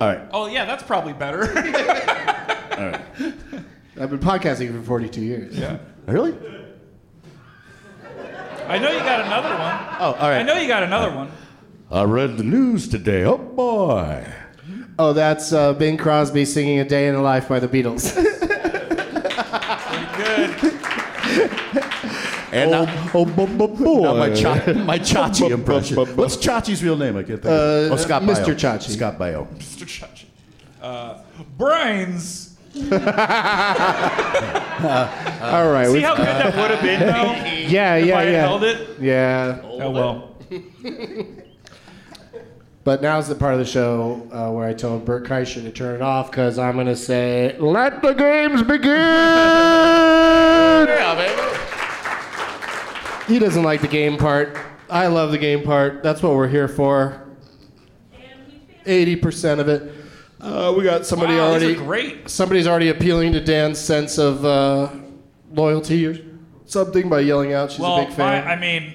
All right. Oh yeah, that's probably better. I've been podcasting for 42 years. yeah. <laughs> Really? I know you got another one. Oh, all I right. know you got another one. I read the news today. Oh boy. Oh, that's uh, Bing Crosby singing "A Day in the Life" by <laughs> the Beatles. And oh, I, oh, bo- bo- boy. my, uh, <laughs> cha- my Chachi bu- impression. bu- bu- What's Chachi's real name? I can't think. of it. Uh, oh, Scott Mr. Baio. Chachi. Scott Baio. Mr. Chachi. Uh, brains. All right, See we, how good that would have been <laughs> though. yeah, if yeah, I had yeah, held it. yeah. Oh well. But now's the part of the show uh, where I told Bert Kreischer to turn it off because I'm gonna say, "Let the games begin." Yeah, baby. he doesn't like the game part. I love the game part. That's what we're here for. Eighty percent of it. Uh, we got somebody Wow, already. these are great. Somebody's already appealing to Dan's sense of uh, loyalty or something by yelling out she's a Well, big I, fan. I mean,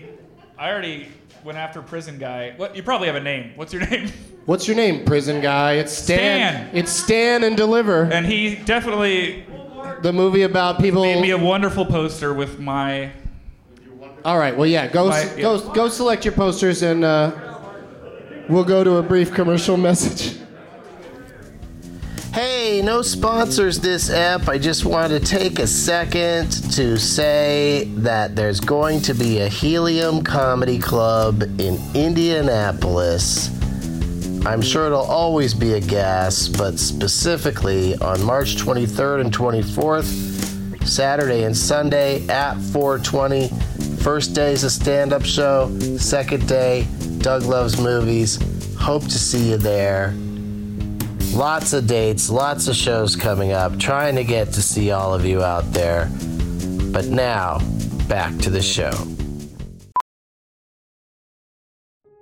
I already went after prison guy. What you probably have a name. What's your <laughs> name? What's your name, prison guy? It's Stan. Stan. It's Stan and Deliver, And he definitely the movie about people. made me a wonderful poster with my. All right, well, yeah, go, My- s go, go select your posters and uh, we'll go to a brief commercial <laughs> message. Hey, no sponsors this ep. I just want to take a second to say that there's going to be a Helium Comedy Club in Indianapolis. I'm sure it'll always be a gas, but specifically on March 23rd and 24th, Saturday and Sunday at 420. First day is a stand up show, second day, Doug Loves Movies. Hope to see you there. Lots of dates, lots of shows coming up. Trying to get to see all of you out there. But now, back to the show.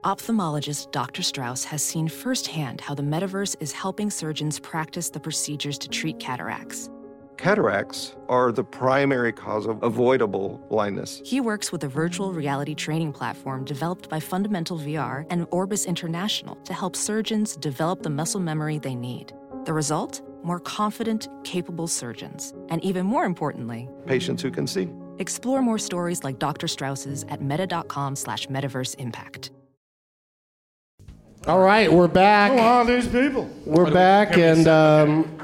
Ophthalmologist Dr. Strauss has seen firsthand how the metaverse is helping surgeons practice the procedures to treat cataracts. Cataracts are the primary cause of avoidable blindness. He works with a virtual reality training platform developed by Fundamental VR and Orbis International to help surgeons develop the muscle memory they need. The result? More confident, capable surgeons. And even more importantly, Patients who can see. explore more stories like Dr. Strauss's at meta.com slash metaverse impact. All right, we're back. these people. We're back, and um,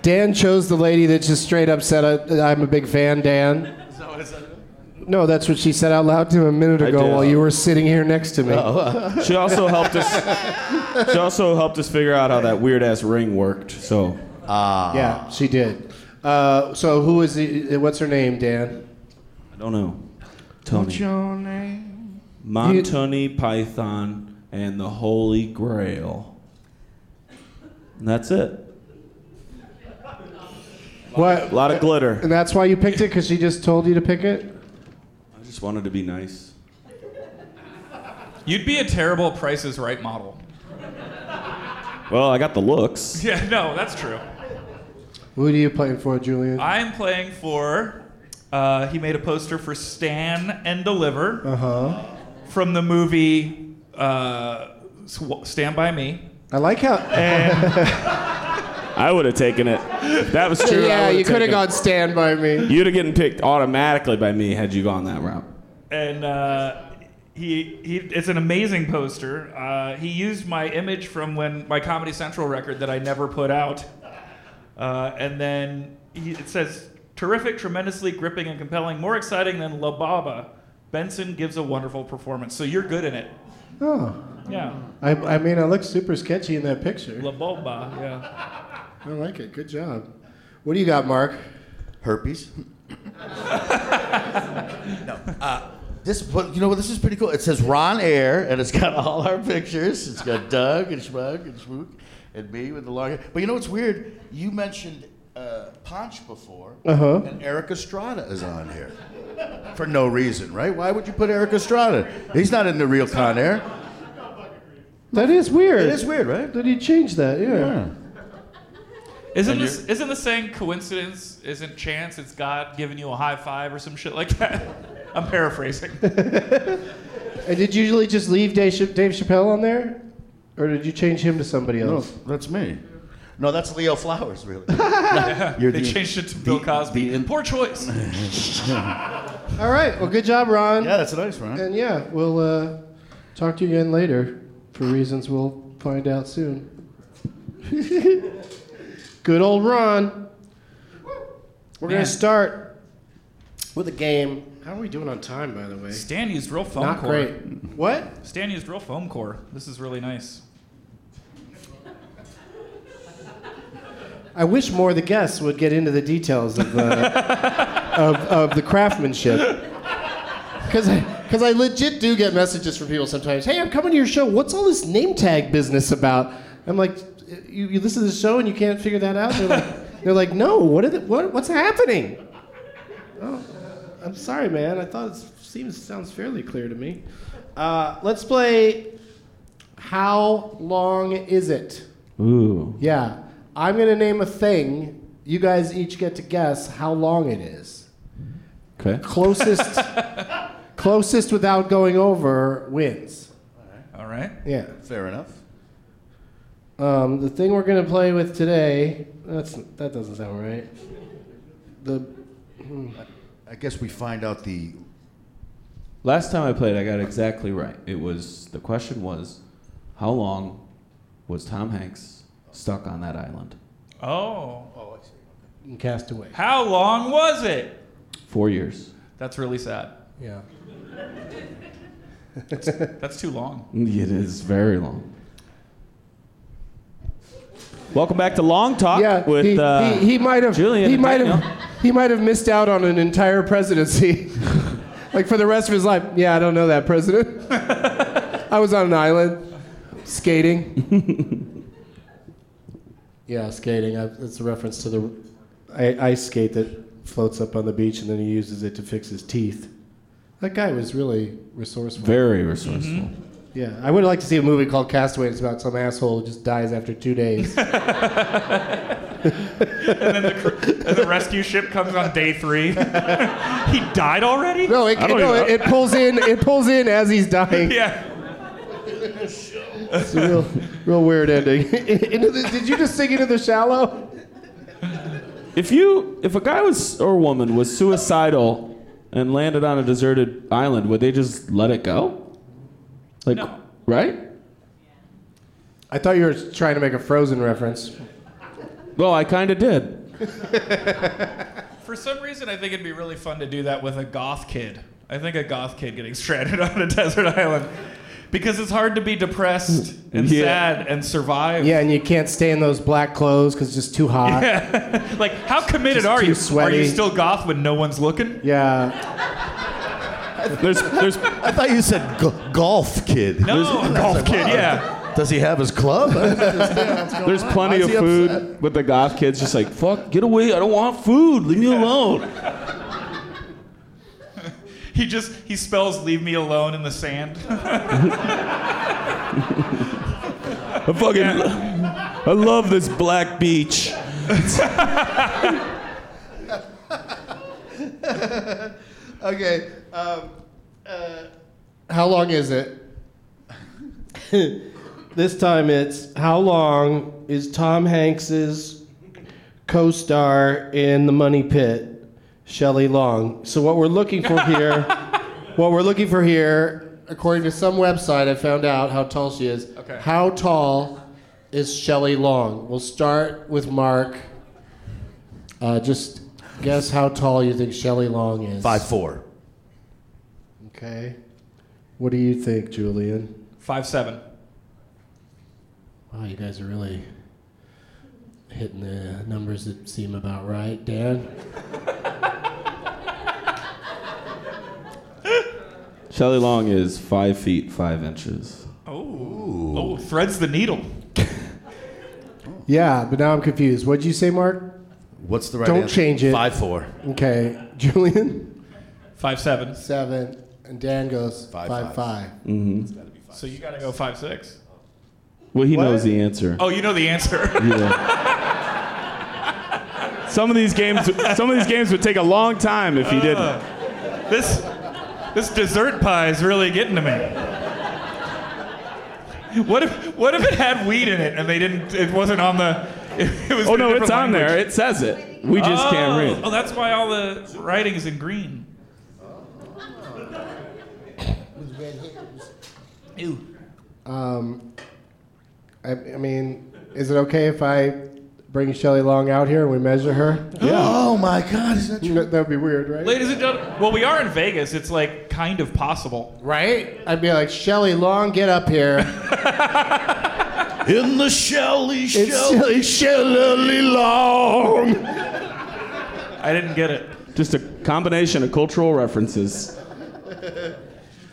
Dan chose the lady that just straight up said, I, I'm a big fan, Dan. No, that's what she said out loud to him a minute I ago did. Oh, while you were sitting here next to me. She also helped us. She also helped us figure out how that weird ass ring worked. So Yeah, she did. Uh, so who is the, what's her name, Dan? I don't know. Tony, Your name. Montoni Python, and the Holy Grail. And that's it. What? A lot of glitter. And that's why you picked it because she just told you to pick it. I just wanted to be nice. You'd be a terrible Price is Right model. <laughs> Well, I got the looks. Yeah, no, that's true. Who do you playing for, Julian? I'm playing for. Uh, he made a poster for Stan and Deliver Uh-huh. from the movie uh, Sw- Stand by Me. I like how. I would have taken it. That was true. I Yeah, would've you could have taken gone stand by it. me. You'd have gotten picked automatically by me had you gone that route. and uh, he, he it's an amazing poster. Uh, he used my image from when my Comedy Central record that I never put out, uh, and then he, it says terrific, tremendously gripping and compelling, more exciting than La Baba. Benson gives a wonderful performance, so you're good in it. Oh, Yeah, I, I mean, I look super sketchy in that picture. La Baba. Yeah. I like it. Good job. What do you got, Mark? Herpes. no. Uh, this, but you know what? This is pretty cool. It says Ron Air, and it's got <laughs> all our pictures. It's got Doug and Schmug and Schmook and me with the long hair. But you know what's weird? You mentioned uh, Punch before, Uh-huh. and Eric Estrada is on here for no reason, right? Why would you put Eric Estrada? He's not in the real Con Air. That is weird. It is weird, right? Did he change that? Yeah. Isn't this isn't the saying coincidence isn't chance? <laughs> It's God giving you a high five or some shit like that. I'm paraphrasing. And did you usually just leave Dave, Ch- Dave Chappelle on there? Or did you change him to somebody else? No, that's me. No, that's Leo Flowers, really. <laughs> <laughs> they changed it to Bill Cosby. Poor choice. All right. Well, good job, Ron. Yeah, that's a nice one. And yeah, we'll uh, talk to you again later for reasons we'll find out soon. <laughs> good old Ron. We're going Man. to start with a game. How are we doing on time, by the way? Stan used real foam Not core. great. What? Stan used real foam core. This is really nice. I wish more of the guests would get into the details of, uh, of, of the craftsmanship. Because I, 'cause I legit do get messages from people sometimes Hey, I'm coming to your show. What's all this name tag business about? I'm like, you, you listen to the show and you can't figure that out? They're like, <laughs> they're like no, what, are the, what what's happening? Oh, I'm sorry, man. I thought it seems sounds fairly clear to me. Uh, let's play How Long Is It? Ooh. Yeah. I'm going to name a thing. You guys each get to guess how long it is. Okay. Closest closest without going over wins. All right. Yeah. Fair enough. Um, the thing we're going to play with today, that's that doesn't sound right. The I guess we find out the. Last time I played, I got exactly right. It was the question was, how long was Tom Hanks stuck on that island? Oh. Oh, I see. Castaway. How long was it? Four years. That's really sad. Yeah. That's too long. It is very long. Welcome back to Long Talk Yeah, with he, uh, he, he might have Julian. he and might Daniel. have he might have missed out on an entire presidency, <laughs> like for the rest of his life. Yeah, I don't know that president. <laughs> I was on an island, skating. <laughs> yeah, skating. I, it's a reference to the I, ice skate that floats up on the beach and then he uses it to fix his teeth. That guy was really resourceful. Very resourceful. Yeah, I would like to see a movie called Castaway. It's about some asshole who just dies after two days. And then the, cr- and the rescue ship comes on day three. <laughs> he died already? No, it, I don't no, even it, it pulls in. It pulls in as he's dying. Yeah. It's a real, real weird ending. <laughs> into the, did you just sing into the shallow? If you, if a guy was or woman was suicidal and landed on a deserted island, would they just let it go? Like, right? I thought you were trying to make a Frozen reference. Well, I kind of did. For some reason, I think it'd be really fun to do that with a goth kid. I think a goth kid getting stranded <laughs> on a desert island. Because it's hard to be depressed and Yeah. sad and survive. Yeah, and you can't stay in those black clothes because it's just too <laughs> hot. Yeah. Like, how committed Just are too you? Are sweaty. you still goth when no one's looking? There's, there's. I thought you said g- golf kid. No, golf like, kid, wow. yeah. Does he have his club? There's plenty of food with the goth kids just like, fuck, get away. I don't want food. Leave me alone. He just he spells "Leave me alone" in the sand. <laughs> I fucking I love this black beach. <laughs> Okay. Um, uh, how long is it? <laughs> this time it's how long is Tom Hanks's co-star in The Money Pit, Shelley Long? So what we're looking for here, what we're looking for here, according to some website, I found out how tall she is. Okay. How tall is Shelley Long? We'll start with Mark. Uh, just guess how tall you think Shelley Long is. <laughs> Five four. Okay. What do you think, Julian? Five seven. Wow, you guys are really hitting the numbers that seem about right. Dan? Shelley Long is five feet five inches. Oh, oh, threads the needle. Yeah, but now I'm confused. What'd you say, Mark? What's the right Don't answer? change it. Five four. Okay. <laughs> Julian? Five seven. Seven. And Dan goes Five, five, five. So you gotta go five six. Well, he knows the answer. Oh, you know the answer. <laughs> Uh, Some of these games, some of these games would take a long time if he didn't. this This dessert pie is really getting to me. What if what if it had weed in it and they didn't? It wasn't on the. <laughs> It, it was. Oh, in a no, it's different on there. language. It says it. We just can't Oh, read it. Oh, that's why all the writing is in green. Ew. Um, I, I mean, is it okay if I bring Shelley Long out here and we measure her? <laughs> Oh my God! Is that true? That would be weird, right? Ladies and gentlemen, well, we are in Vegas. It's like kind of possible. Right? I'd be like, Shelley Long, get up here. In the Shelley, Shelley, Shelley Long. I didn't get it. Oh. Just a combination of cultural references.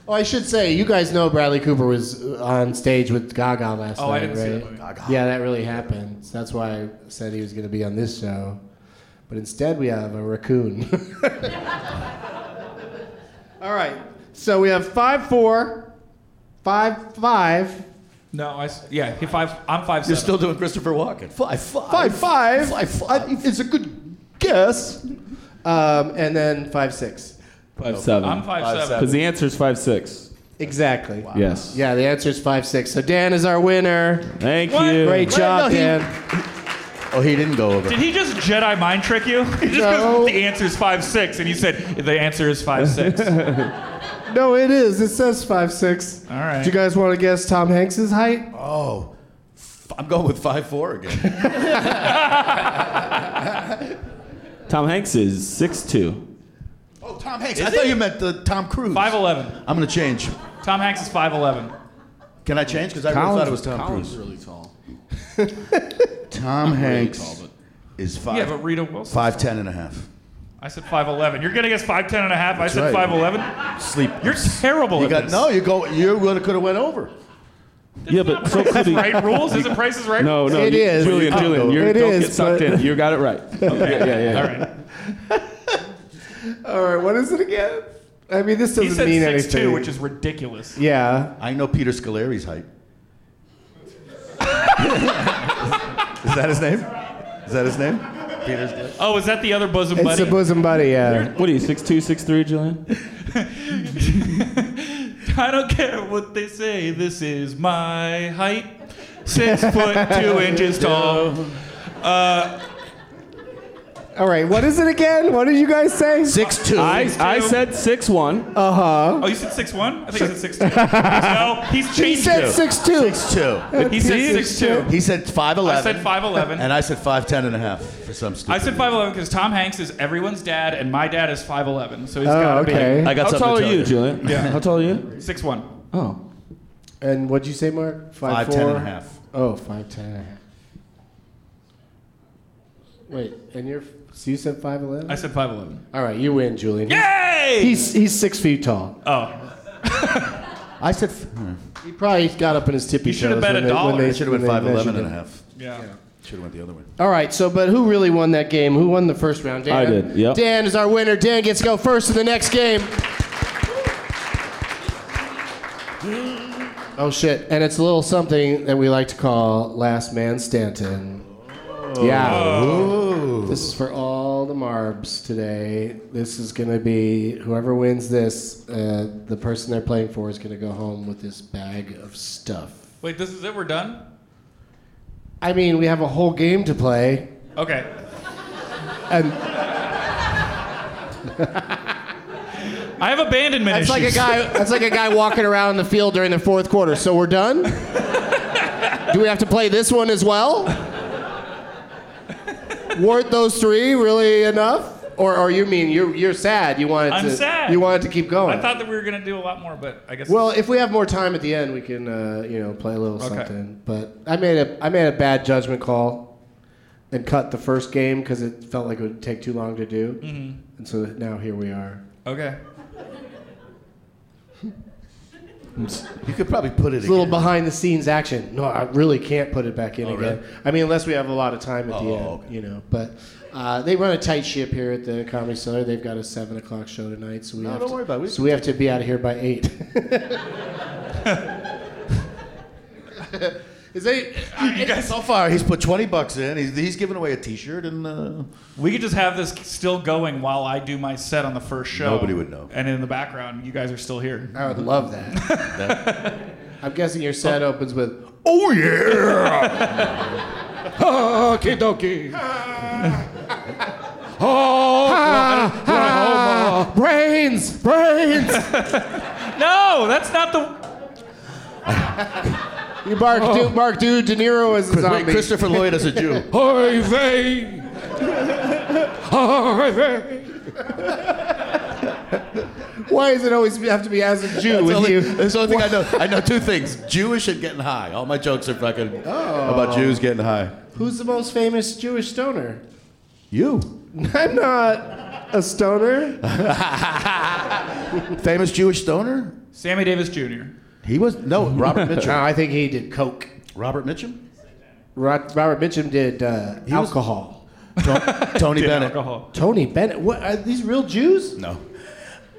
Oh, I should say, you guys know Bradley Cooper was on stage with Gaga last Oh, I night, didn't see right? that movie. Gaga. Yeah, that really happened. So that's why I said he was going to be on this show. But instead, we have a raccoon. <laughs> All right. So we have five four, five five, No, I s- yeah. he Five. I'm five. seven. You're still doing Christopher Walken. Five, five, five five. five, five. I- it's a good guess. Um, and then five six. Five seven. I'm five Five seven. seven. Because the answer is five six. Exactly. Yes. Yeah, the answer is five six. So Dan is our winner. Thank you. Great job, he- Dan. Oh, he didn't go over. Did he just Jedi mind trick you? <laughs> He just goes, the answer is five six, and you said the answer is five six. All No, it is. It says five six. right. Do you guys want to guess Tom Hanks's height? Oh, f- I'm going with five four <laughs> again. Tom Hanks is six two. oh, Tom Hanks. Is I thought it? you meant the Tom Cruise. Five eleven. I'm gonna change. Tom Hanks is five eleven. Can I change? Because I really Colin's- thought it was Tom Colin's Cruise. really tall. Tom Hanks is five. Yeah, but Rita Wilson. five ten and a half. I said five eleven. You're gonna guess five ten and a half. I That's said right. five eleven. Sleep. You're terrible You at got this. no. You go. You would have could have went over. yeah, but so could he. Right rules? Is it Price is Right? No, no. It you- is. Julian, Oh, Julian, you're, it don't is, get sucked but- in. You got <laughs> it right. Okay, yeah, yeah, All yeah. right. All right, what is it again? I mean, this He doesn't said mean six anything. two, which is ridiculous. yeah. I know Peter Scolari's height. is that his name? Is that his name? Peter Scolari. Oh, is that the other bosom It's buddy? a bosom buddy, yeah. What are you, six two, six three, Julian? <laughs> I don't care what they say. This is my height, <laughs> six foot two inches tall. All right, what is it again? What did you guys say? Uh-huh. Six two. I, I said six one. Uh huh. Oh, you said six one? I think I said <laughs> six two. no, he's changed He said it. six two. Six two. He said six two. He said five I eleven. said five eleven. And I said five ten and a half for some stupid. I said five eleven because Tom Hanks is everyone's dad, and my dad is five eleven, so he's Oh, got to okay. I got How something tall to are tell you, you. Julian? Yeah. How tall are you? be six one. Oh. And what'd you say, Mark? Five four? ten and a half. Oh, five ten and a half. Wait, and you're so you said five eleven? I said five eleven. All right, you win, Julian. Yay! He's he's six feet tall. <laughs> oh, I said. f- hmm. He probably got up in his tippy You should've toes bet when a they- dollar. when they I It should have been when they five eleven measured and a him. half. yeah. Should have went the other way. All right, so but who really won that game? Who won the first round? Dan. I did, yep. Dan is our winner. Dan gets to go first in the next game. Oh shit! And it's a little something that we like to call last man Stanton. Oh. Yeah. This is for all the Marbs today. This is gonna be whoever wins this, uh, the person they're playing for is gonna go home with this bag of stuff. Wait, this is it. We're done. I mean, we have a whole game to play. Okay. And I have abandonment that's issues. like a guy. That's like a guy walking around in the field during the fourth quarter. So we're done. Do we have to play this one as well? Weren't those three really enough? Or, or you mean you're you're sad? You wanted I'm to. sad. You wanted to keep going. <laughs> I thought that we were gonna do a lot more, but I guess. well, if we have more time at the end, we can uh, you know play a little Okay. something. But I made a I made a bad judgment call, and cut the first game because it felt like it would take too long to do. Mm-hmm. And so now here we are. okay. You could probably put it. It's a little again. behind the scenes action. No, I really can't put it back in again. I mean, unless we have a lot of time at the Oh, end, okay. you know. But uh, they run a tight ship here at the Comedy Cellar. They've got a seven o'clock show tonight, so we have don't to, worry about it. We so we have to be out of here by eight. Is they, you guys, so far, he's put 20 bucks in. He's, he's giving away a t shirt and. Uh, We could just have this still going while I do my set on the first show. Nobody would know. And in the background, you guys are still here. <laughs> I would love <laughs> that. I'm guessing your set opens with Oh yeah! <laughs> Okie <laughs> dokie. Oh, brains, brains. no, that's not the. You Mark, du- Mark, dude, De Niro is a zombie. Oh. Wait, Christopher Lloyd is a <laughs> Jew. Oy vey. Oy vey. Why does it always have to be as a Jew That's with only- you? <laughs> That's the only thing I know. <laughs> I know two things: Jewish and getting high. All my jokes are fucking about Jews getting high. Who's the most famous Jewish <laughs> stoner? You, <laughs> I'm not a stoner. famous Jewish stoner. Sammy Davis Jr. He was no Robert <laughs> Mitchum. <laughs> No, I think he did coke. Robert Mitchum. Rod, Robert Mitchum did uh, alcohol. To- Tony Did Bennett. alcohol. Tony Bennett. What are these real Jews? No.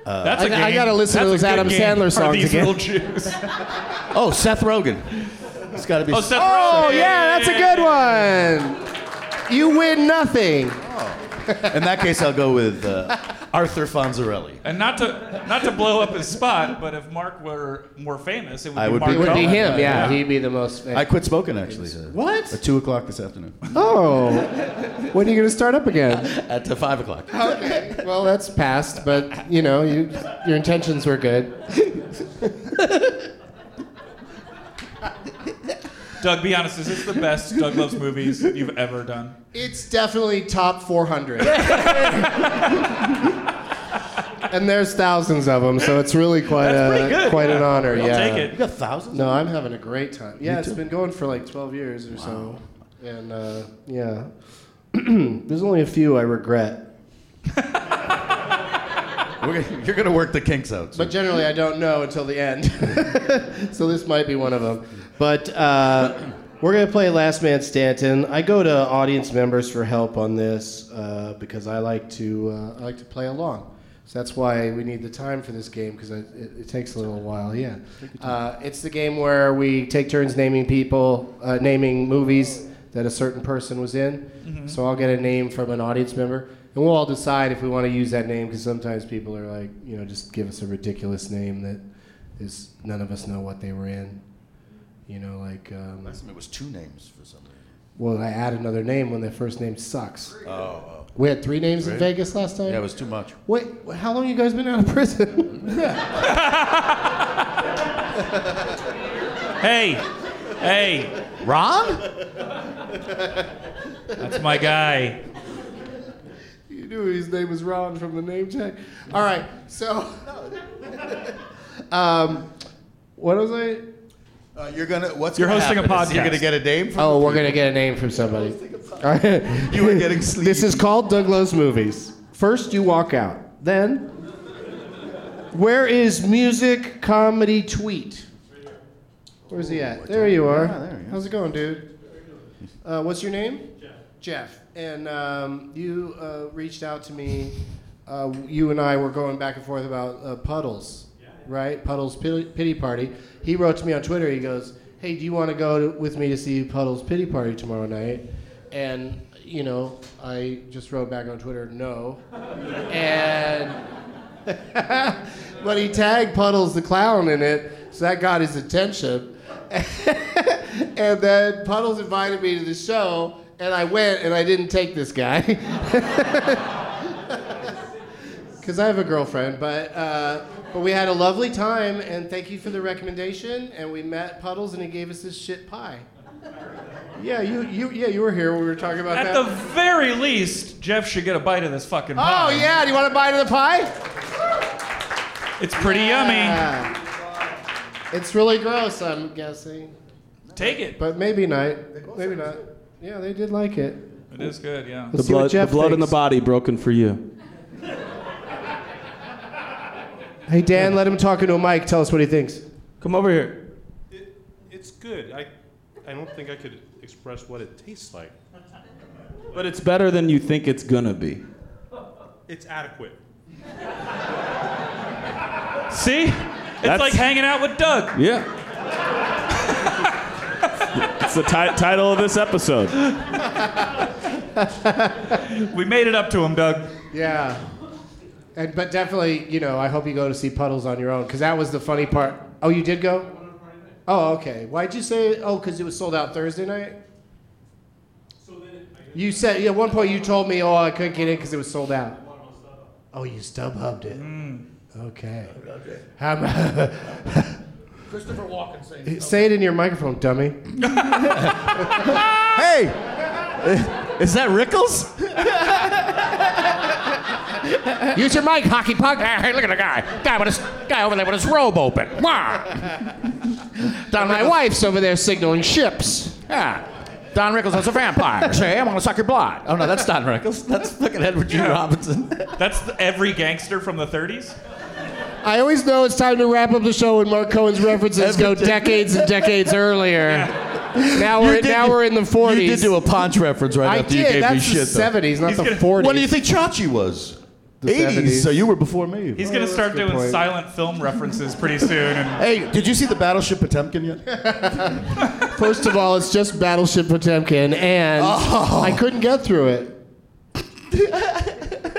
Uh, that's a I- I game. gotta listen to That's those a good Adam game. Sandler Are songs these again. Little Jews? Oh, Seth Rogen. It's got to be. Oh, Seth Oh Rogen. yeah, that's a good one. You win nothing. In that case, I'll go with uh, Arthur Fonzarelli. <laughs> And not to not to blow up his spot, but if Mark were more famous, it would I be would Mark be- It would be Cohen. him. Yeah, Yeah. Oh he'd be the most. I quit smoking actually. uh, What? At two o'clock this afternoon. Oh, when are you going to start up again? <laughs> At uh, five o'clock. Okay. Well, that's past, but you know, you, your intentions were good. Doug, be honest, is this the best Doug Loves Movies you've ever done? It's definitely top <laughs> 400. and there's thousands of them, so it's really quite That's a pretty good. quite an honor. I'll yeah. take You it. got thousands. No, I'm having a great time. Yeah, it's been going for like 12 years or so. And uh, yeah, <clears throat> there's only a few I regret. We're gonna, you're gonna work the kinks out. So. But generally, I don't know until the end. <laughs> so this might be one of them. But uh, we're going to play Last Man Stanton. I go to audience members for help on this uh, because I like to uh, I like to play along. So that's why we need the time for this game because it, it takes a little while. Yeah, uh, it's the game where we take turns naming people, uh, naming movies that a certain person was in. So I'll get a name from an audience member, and we'll all decide if we want to use that name because sometimes people are like, you know, just give us a ridiculous name that is none of us know what they were in. You know, like um, Last time it was two names for some reason. well, I add another name when the first name sucks. Oh, we had three names in Vegas last time. Yeah, it was too much. Wait, how long you guys been out of prison? Hey, hey, <laughs> Ron? that's my guy. you knew his name was Ron from the name tag. All right, so <laughs> um, what was I? Uh, you're gonna. What's You're gonna hosting a happen is You're podcast. gonna get a name from. Oh, we're gonna get a name from somebody. All right. <laughs> You were getting sleepy. <laughs> This is called Douglas Movies. First, you walk out. Then, where is music comedy tweet? Where's he Oh, at? There you are. How's it going, dude? Uh, what's your name? Jeff. Jeff. And um, you uh, reached out to me. Uh, you and I were going back and forth about uh, puddles, right? Puddles pity, pity party. He wrote to me on Twitter. He goes, "Hey, do you want to go to, with me to see Puddles pity party tomorrow night?" And you know, I just wrote back on Twitter, "No." and <laughs> but he tagged Puddles the clown in it, so that got his attention. <laughs> and then Puddles invited me to the show, and I went, and I didn't take this guy <laughs> because I have a girlfriend. But uh, but we had a lovely time, and thank you for the recommendation. And we met Puddles, and he gave us this shit pie. Yeah, you you yeah you were here when we were talking about At that. the very least, Jeff should get a bite of this fucking oh pie. yeah, do you want to bite of the pie? It's pretty Yeah. It's really gross, I'm guessing. yummy. Take it. But maybe not. Maybe not. Yeah, they did like it. It is good, yeah. The see what blood, the Jeff blood in the thinks. body broken for you. Hey, Dan, let him talk into a mic. Tell us what he thinks. Come over here. It, it's good. I, I don't think I could express what it tastes like. But it's better than you think it's gonna be. It's adequate. See? It's That's- <laughs> like hanging out with Doug. Yeah. That's the ti- title of this episode. we made it up to him, Doug. Yeah. And, but definitely, you know, I hope you go to see Puddles on your own because that was the funny part. Oh, you did go? Oh, okay. Why'd you say? Oh, because it was sold out Thursday night. You said yeah, at one point you told me, oh, I couldn't get in because it was sold out. Oh, you stub hubbed it. Mm. Okay. How about <laughs> Christopher Walken saying. say it in your microphone, dummy? hey, <laughs> is that Rickles? <laughs> <laughs> Use your mic, hockey puck. Ah, Hey, look at the guy. Guy with his guy over there with his robe open. Wah. Don, my wife's over there signaling ships. Yeah. Don Rickles is a vampire. Say, I'm gonna suck your blood. Oh no, that's Don Rickles. That's fucking Edward G. Robinson. That's the- every gangster from the 30s. <laughs> I always know it's time to wrap up the show when Mark Cohen's references go decades and decades <laughs> earlier. Now You we're did- Oh, now we're in the 40s. You did do a Ponch reference right I after you did. gave me That's the shit. though. 70s, not He's the gonna- 40s. What do you think Chachi was? The Oh. 80s. 70s. So you were before me. He's going to start doing silent film references pretty soon. And Hey, did you see the Battleship Potemkin yet? First of all, it's just Battleship Potemkin, and Oh. I couldn't get through <laughs> it.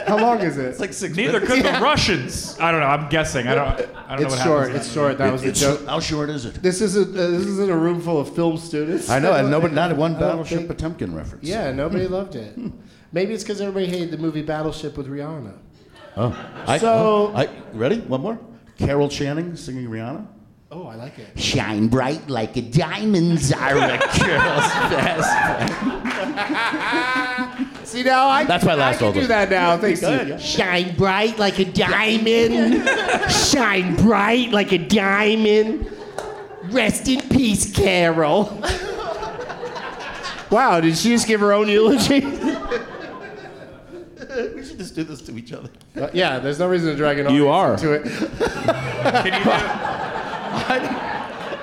How long is it? It's like six. Neither could Yeah. the Russians. I don't know. I'm guessing. I don't. I don't know It's what short, happens it's short. That was the it's, joke. How short is it? This is a uh, this is in a room full of film students. I know, and don't no, but think- not one I don't Battleship think- Potemkin reference. Yeah, <laughs> nobody loved it. Maybe it's because everybody hated the movie Battleship with Rihanna. Oh, I, So- I, ready? One more. Carol Channing singing Rihanna. Oh, I like it. Shine bright like a diamond's are <laughs> a girl's best. See now, I That's my last I can over. do that now. Thanks. Go to- ahead, yeah. Shine bright like a diamond. Shine bright like a diamond. Rest in peace, Oh. Carol. <laughs> wow, did she just give her own eulogy? we should just do this to each other. Uh, yeah, there's no reason to drag it on. You are. to it. <laughs> then.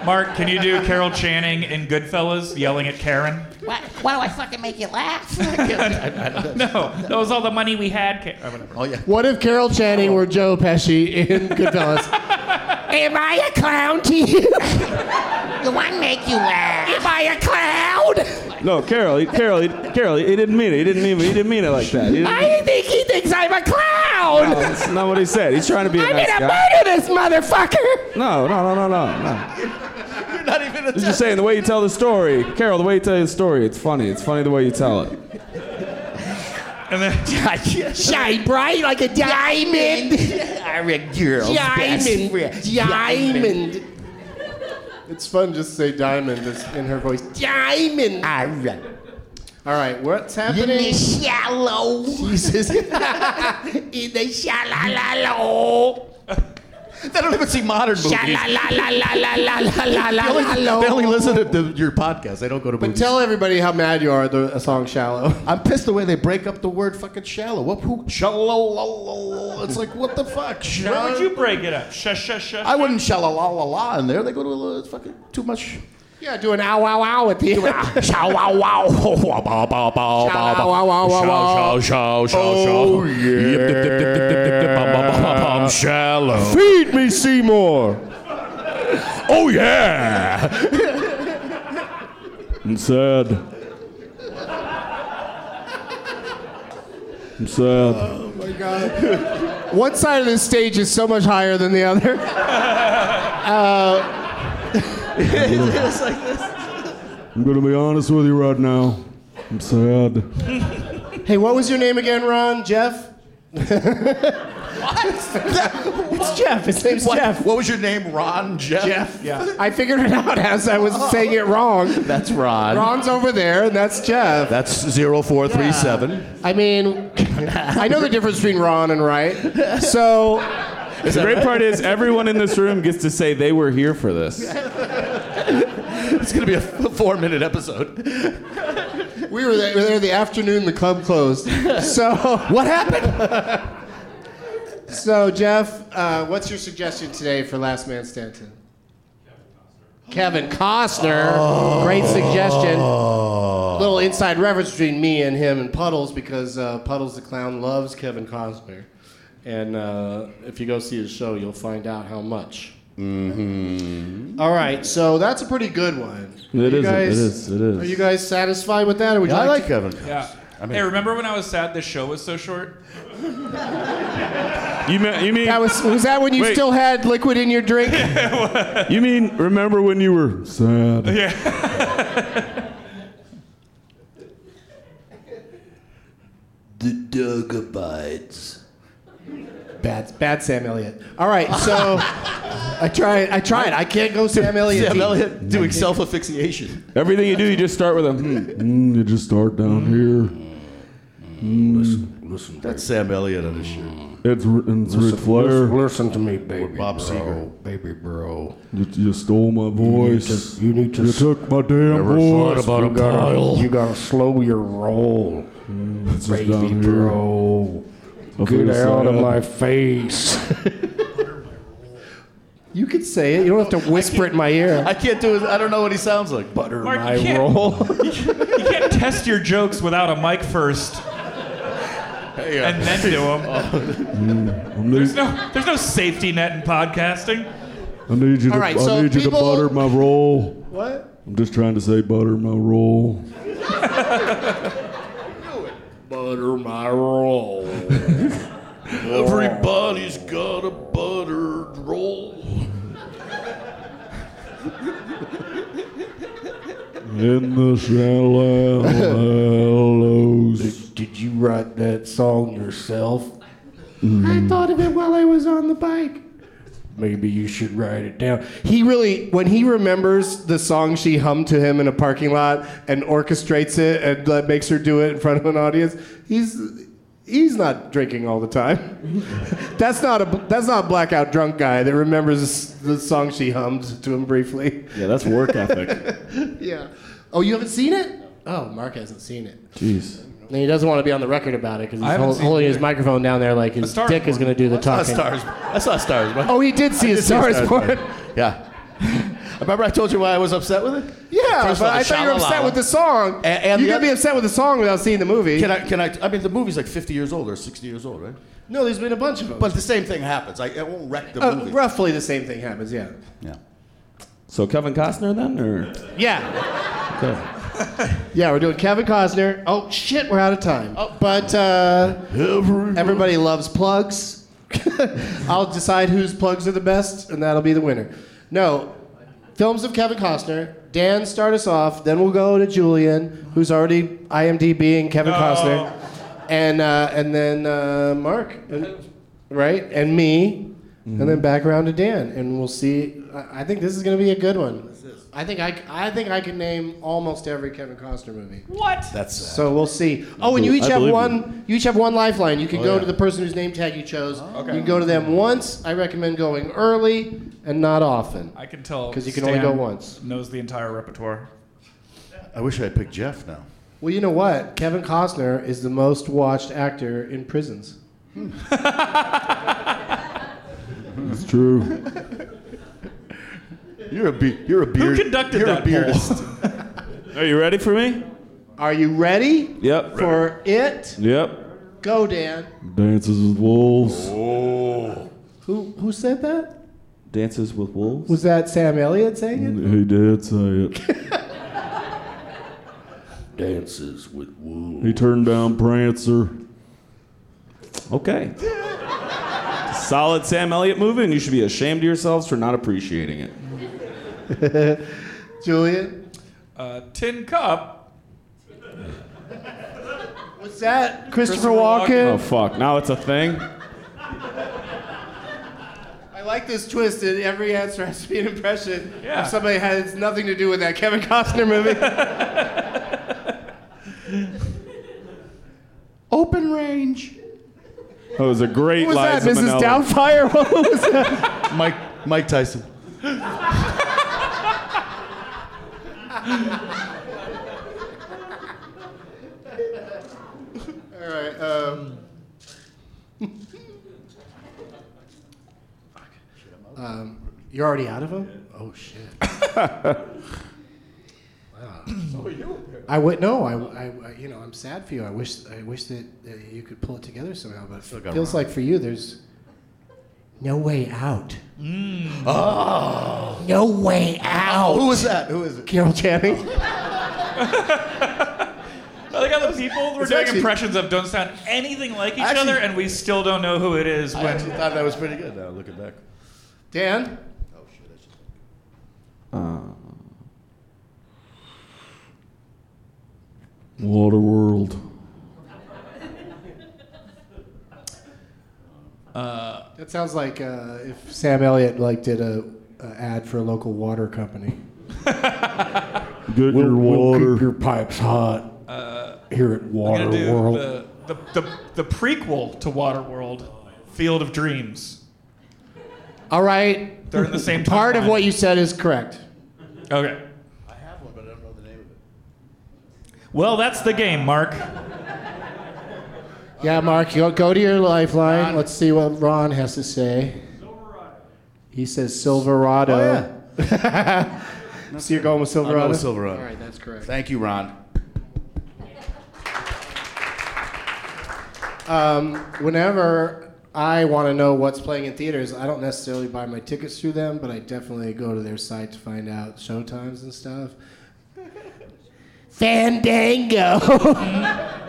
Mark, can you do Carol Channing in Goodfellas yelling at Karen? Why, why do I fucking make you <laughs> laugh? No, that was all the money we had. Ka- oh, whatever. Oh yeah. What if Carol Channing were Joe Pesci <laughs> in Goodfellas? Am I a clown to you? Do I make you laugh? Am I a clown? No, Carol, he- Carol, he- Carol. He didn't mean it. He didn't mean. He didn't mean it like that. He didn't- I think he thinks I'm a No, clown. that's Oh, not what he said. He's trying to be a I'm nice gonna guy. murder this motherfucker. No, no, no, no, no, no. You're not even a I'm just saying the way you tell the story, Carol. The way you tell the story, it's funny. It's funny the way you tell it. And then <laughs> Shine bright like a <laughs> diamond. I'm a girl's best friend. Diamond. It's fun just to say diamond just in her voice. Diamond. Diamond. All right, what's In the happening? shallow. <laughs> Jesus. In the shallow. They don't even see modern movies. They only, Sha-la-la-la-la-la-la-la-la-la. they only listen to the, your podcast. They don't go to But movies. tell everybody how mad you are at the a song Shallow. I'm pissed the way they break up the word fucking shallow. What? Who? Shallow. It's like what the fuck? where would Shallow. you break it up? Shush, shush, shush. I wouldn't shallow la la la in there. They go to a little. It's fucking too much. Yeah, do an ow wow wow at <laughs> the end. Chow wow wow. Wow wow wow wow Wow wow wow wow wow. Chow chow Oh, chow. Yeah. Shallow. Feed me Seymour. Oh yeah. Oh, I'm sad. I'm sad. One side of the stage is so much higher than the <laughs> other. <laughs> it's Uh, like this. I'm gonna be honest with you right now. I'm sad. Hey, what was your name again, Ron? Jeff? <laughs> It's Jeff. His name's What, Jeff. what was your name? Ron Jeff. Jeff. Yeah. I figured it out as I Oh. was saying it wrong. That's Ron. Ron's over there, and that's Jeff. That's zero four three seven. I mean, <laughs> I know the difference between Ron and right. So, The great part is everyone in this room gets to say they were here for this. It's gonna be a four minute episode. We were there, we were there the afternoon the club <laughs> closed. So what happened? so Jeff, uh, what's your suggestion today for Last Man Standing? Kevin Costner, Oh. great suggestion. Little inside reference between me and him and Puddles because uh, Puddles the clown loves Kevin Costner, and uh, if you go see his show, you'll find out how much. Mm-hmm. All right, so that's a pretty good one. It Are you is, it guys- is, it is. Are you guys satisfied with that? Or would you Yeah, I like like Kevin Cox. Yeah. I mean- hey, remember when I was sad this show was so short? You mean? You mean? That was, was that when you Wait. still had liquid in your <laughs> drink? You mean? Remember when you were sad? Yeah. The dog abides. Bad, bad Sam Elliott. All right, so I tried. I tried. I can't go Sam Elliott. Sam deep. Elliott doing self asphyxiation. Everything you do, you just start with a. Hmm. Mm, you just start down here. Mm. Listen, that's Sam Elliott on his shirt. It's r- and it's Ric Flair. Listen to me, baby. Bob Seger. Baby bro. You, you stole my voice. You need to. You, took my damn Never voice. thought about a You gotta- pile. you gotta slow your roll, Baby bro. I Get feel out of sad. my face. you could say it. You don't have to whisper it in my ear. I can't do it. I don't know what he sounds like. Butter Mark, my you can't- roll. <laughs> You can't test your jokes without a mic first uh, and then do <laughs> Oh. them. There's no, there's no safety net in podcasting. I need you to. All right, I so need you people- to butter my roll. What? I'm just trying to say butter my roll. Butter my roll. Everybody's got a buttered roll. In the shallows. Did you write that song yourself? I thought of it while I was on the bike. Maybe you should write it down. He really, when he remembers the song she hummed to him in a parking lot and orchestrates it and uh, makes her do it in front of an audience, he's he's not drinking all the time. <laughs> that's not a that's not a blackout drunk guy that remembers the song she hummed to him briefly. Yeah, that's work ethic. <laughs> yeah. Oh, you haven't seen it? Oh, Mark hasn't seen it. Jeez. And he doesn't want to be on the record about it because I haven't he's seen hol- holding it his either. microphone down there like his Star dick is going to do the I talking. saw stars. I saw stars. but- Oh, he did see I a did Star is Born. Born. Yeah. Remember I told you why I was upset with it? Yeah, First but of all, I the thought you were upset Shalala. with the song. A- and you the can other- be upset with the song without seeing the movie. Can I? Can I? I mean, the movie's like 50 years old or 60 years old, right? No, there's been a bunch of them. But the same thing happens. Like it won't wreck the Uh, movie. roughly the same thing happens. Yeah. Yeah. So Kevin Costner then, or? Yeah. Yeah, we're doing Kevin Costner. Oh shit, we're out of time. But uh, everybody loves plugs. <laughs> I'll decide whose plugs are the best, and that'll be the winner. No, films of Kevin Costner. Dan, start us off. Then we'll go to Julian, who's already IMDbing Kevin No. Costner, and uh, and then uh, Mark, and, right, and me, and then back around to Dan, and we'll see. I, I think this is going to be a good one. I think I, I think I can name almost every Kevin Costner movie. What? That's So we'll see. Oh, and you each I have believe one. You each have one lifeline. You can Oh, go yeah. to the person whose name tag you chose. Oh. You can go to them once. I recommend going early and not often. I can tell 'Cause you can only go Stan once. Knows the entire repertoire. I wish I had picked Jeff now. Well, you know what? Kevin Costner is the most watched actor in prisons. It's true. You're a be- you're a beard. conducted you're that a beardist. Are you ready for me? Are you ready Yep. for it? Yep. Go, Dan. Dances with wolves. Who who said that? Dances with wolves. Was that Sam Elliott saying it? He did say it. Dances with wolves. He turned down Prancer. Okay. Solid Sam Elliott movie, and you should be ashamed of yourselves for not appreciating it. Mm. Julian. Uh, tin Cup. Was that Christopher Christopher, Oh Walken? fuck! Now it's a thing. Oh. I like this twist that every answer has to be an impression Yeah. of somebody that has nothing to do with that Kevin Costner movie. Open range. That was a great What was that, Liza Mrs. Minnelli. Doubtfire? <laughs> What was that? Mike Mike Tyson. All right. Um, um, <laughs> you're already out of them. Oh shit. <laughs> wow. Oh, I would no. I, I- I- you know I'm sad for you. I wish I wish that, that you could pull it together somehow, but it got feels like for you there's No Way Out. Oh. No Way Out. Who is that? Who is it? Carol <laughs> Channing. I like how the people we're It's doing actually- impressions of don't sound anything like each Actually- other, and we still don't know who it is. I when- actually thought that was pretty good now, looking back. Dan? Uh, Waterworld. Uh, that sounds like uh, if Sam Elliott like did a, a ad for a local water company. Get We'll- your we'll water. keep your pipes hot Uh, here at We're Water gonna do World. The, the, the, the prequel to Waterworld, Field of Dreams. All right. They're in the same Part of timeline. what you said is correct. Okay. Well, that's the game, Mark. Yeah, Mark, go, go to your lifeline. Let's see what Ron has to say. He says Oh, Silverado. so you're Oh, going with I'll go with Silverado? <laughs> Silverado. All right, that's correct. Thank you, Ron. Um, whenever I want to know what's playing in theaters, I don't necessarily buy my tickets through them, but I definitely go to their site to find out show times and stuff. Fandango. <laughs>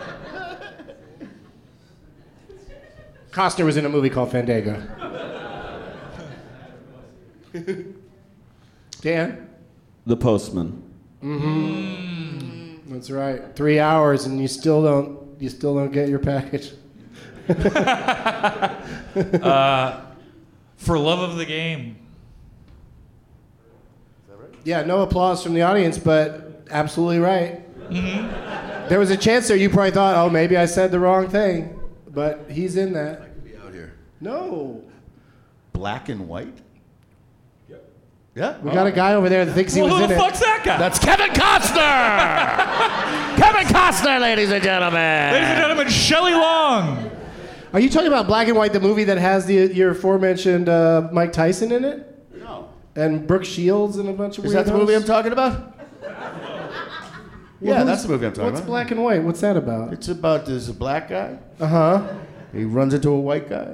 Costner was in a movie called Fandango. Dan? The Postman. Mm-hmm. That's right. Three hours and you still don't you still don't get your package. Uh, for love of the game. Yeah, no applause from the audience, but absolutely right. There was a chance there you probably thought, oh, maybe I said the wrong thing, but he's in that. Be out here. No. Black and white? Yep. Yeah? We got a guy over there that thinks he was in it. that guy? That's Kevin Costner. Kevin <laughs> Costner, ladies and gentlemen. Ladies and gentlemen, Shelley Long. Are you talking about Black and White, the movie that has the your aforementioned uh, Mike Tyson in it? No. And Brooke Shields and a bunch of Oh. Is that the weirdos? movie I'm talking about? Well, yeah, who's- that's the movie I'm talking what's about. Black and White? What's that about? It's about there's a black guy. Uh huh. He runs into a white guy.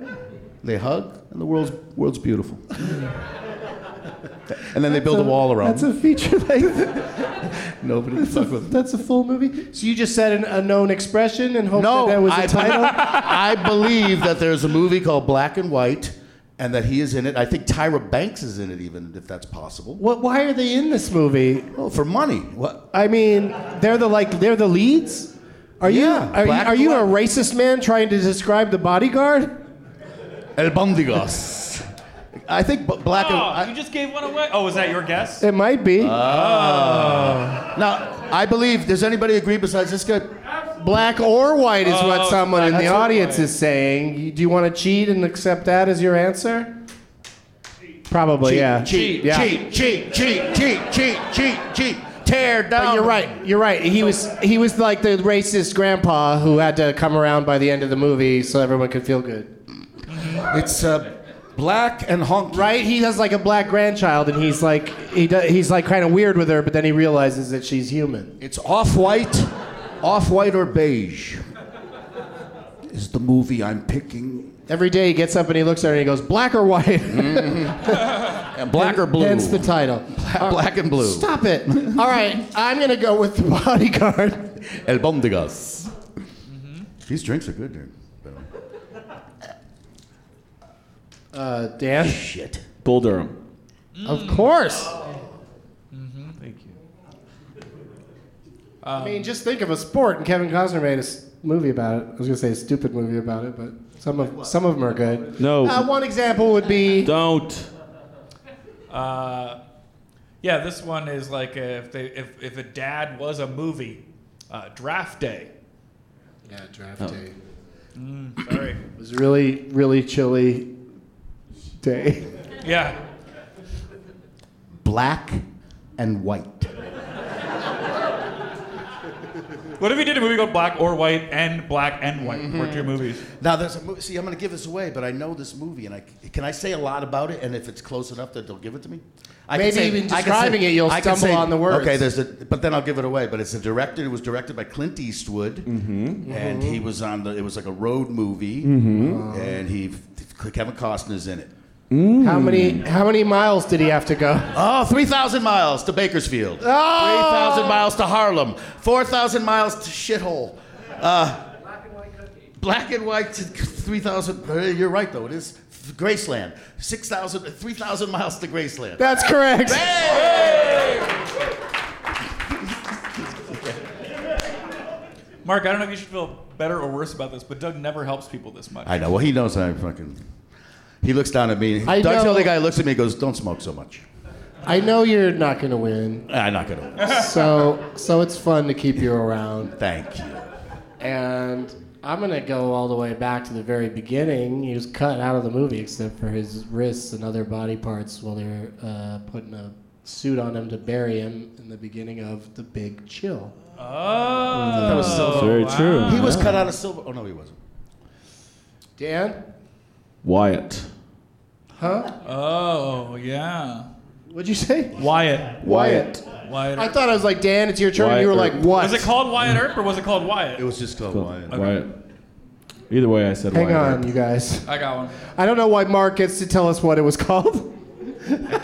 They hug, and the world's world's beautiful. <laughs> and then they build a, wall around. That's a feature length. <laughs> him. Nobody can fuck with. him. That's a full movie. So you just said an unknown expression and hoped that that was the I, title. <laughs> I believe that there's a movie called Black and White, and that he is in it. I think Tyra Banks is in it, even if that's possible. what? Why are they in this movie? Well, for money. What? I mean, they're the like they're the leads. Are Yeah, you are, you- Black are you a and racist man trying to describe the bodyguard? El Bondigos. I think b- Black Oh, and I- you just gave one away. Oh, was that your guess? It might be. Uh, Oh. Now, I believe, does anybody agree besides this guy? Black or white is what Oh, someone in the that's what- audience is saying. You- Do you want to cheat and accept that as your answer? Probably, Oh, yeah. Cheat, yeah. cheat, cheat, cheat, cheat, cheat, cheat, cheat. Tear down. But you're right. You're right. He was he was like the racist grandpa who had to come around by the end of the movie so everyone could feel good. It's uh, black and honky. Right? He has like a black grandchild and he's like he do, he's like kind of weird with her, but then he realizes that she's human. It's off white, off white or beige is the movie I'm picking. Every day he gets up and he looks at her and he goes, "Black or white?" And Mm, black <laughs> or blue. Hence the <laughs> title. black and blue. Stop it. All right, I'm gonna go with the <laughs> bodyguard. El Bondigas. Mm-hmm. These drinks are good, dude. by the way. Uh, Dan. Shit. Bull Durham. Of course. Thank you. I mean, just think of a sport, and Kevin Costner made a s- movie about it. I was gonna say a stupid movie about it, but some of some of them are good. No. Uh, one example would be Don't. Uh, yeah, this one is like uh if they if, if a dad was a movie, uh, Draft Day. Yeah, draft Oh. day. Mm, sorry. It was a really really chilly day. Yeah. Black and white. What if you did a movie called Black or White and Black and White? Mm-hmm. Were two movies. Now there's a movie. See, I'm going to give this away, but I know this movie, and I can I say a lot about it, and if it's close enough that they'll give it to me. I can Maybe say- even I can say- describing it, you'll I can stumble on the words. Okay, there's a, but then I'll give it away. But it's a director. It was directed by Clint Eastwood, and Mm-hmm. he was on the. It was like a road movie, and he Kevin Costner's in it. How many how many miles did he have to go? Oh, 3,000 miles to Bakersfield. Ah! 3,000 miles to Harlem. 4,000 miles to Shithole. Uh, black and white to 3,000. uh, You're right, though. It is Graceland. 6,000, 3,000 miles to Graceland. That's correct. Mark, I don't know if you should feel better or worse about this, but Doug never helps people this much. I know. Well, he knows I'm fucking. He looks down at me. I Doug's the know- only guy who looks at me and goes, Don't smoke so much. I know you're not going to win. Ah, I'm not going to. so so it's fun to keep you around. <laughs> Thank you. And I'm gonna go all the way back to the very beginning. He was cut out of the movie except for his wrists and other body parts while they're uh, putting a suit on him to bury him in the beginning of The Big Chill. Oh, That was Silver. Very true. He was Yeah. cut out of Silver. Oh, no, he wasn't. Dan? Wyatt. Huh? Oh, yeah. What'd you say? Wyatt. Wyatt. Wyatt. I thought I was like, Dan, it's your turn. and you were Wyatt like, Earp. what? Was it called Wyatt Earp or was it called Wyatt? It was just called Wyatt. Wyatt. Either way, I said Hang Wyatt. on, you guys. I got one. I don't know why Mark gets to tell us what it was <laughs> called.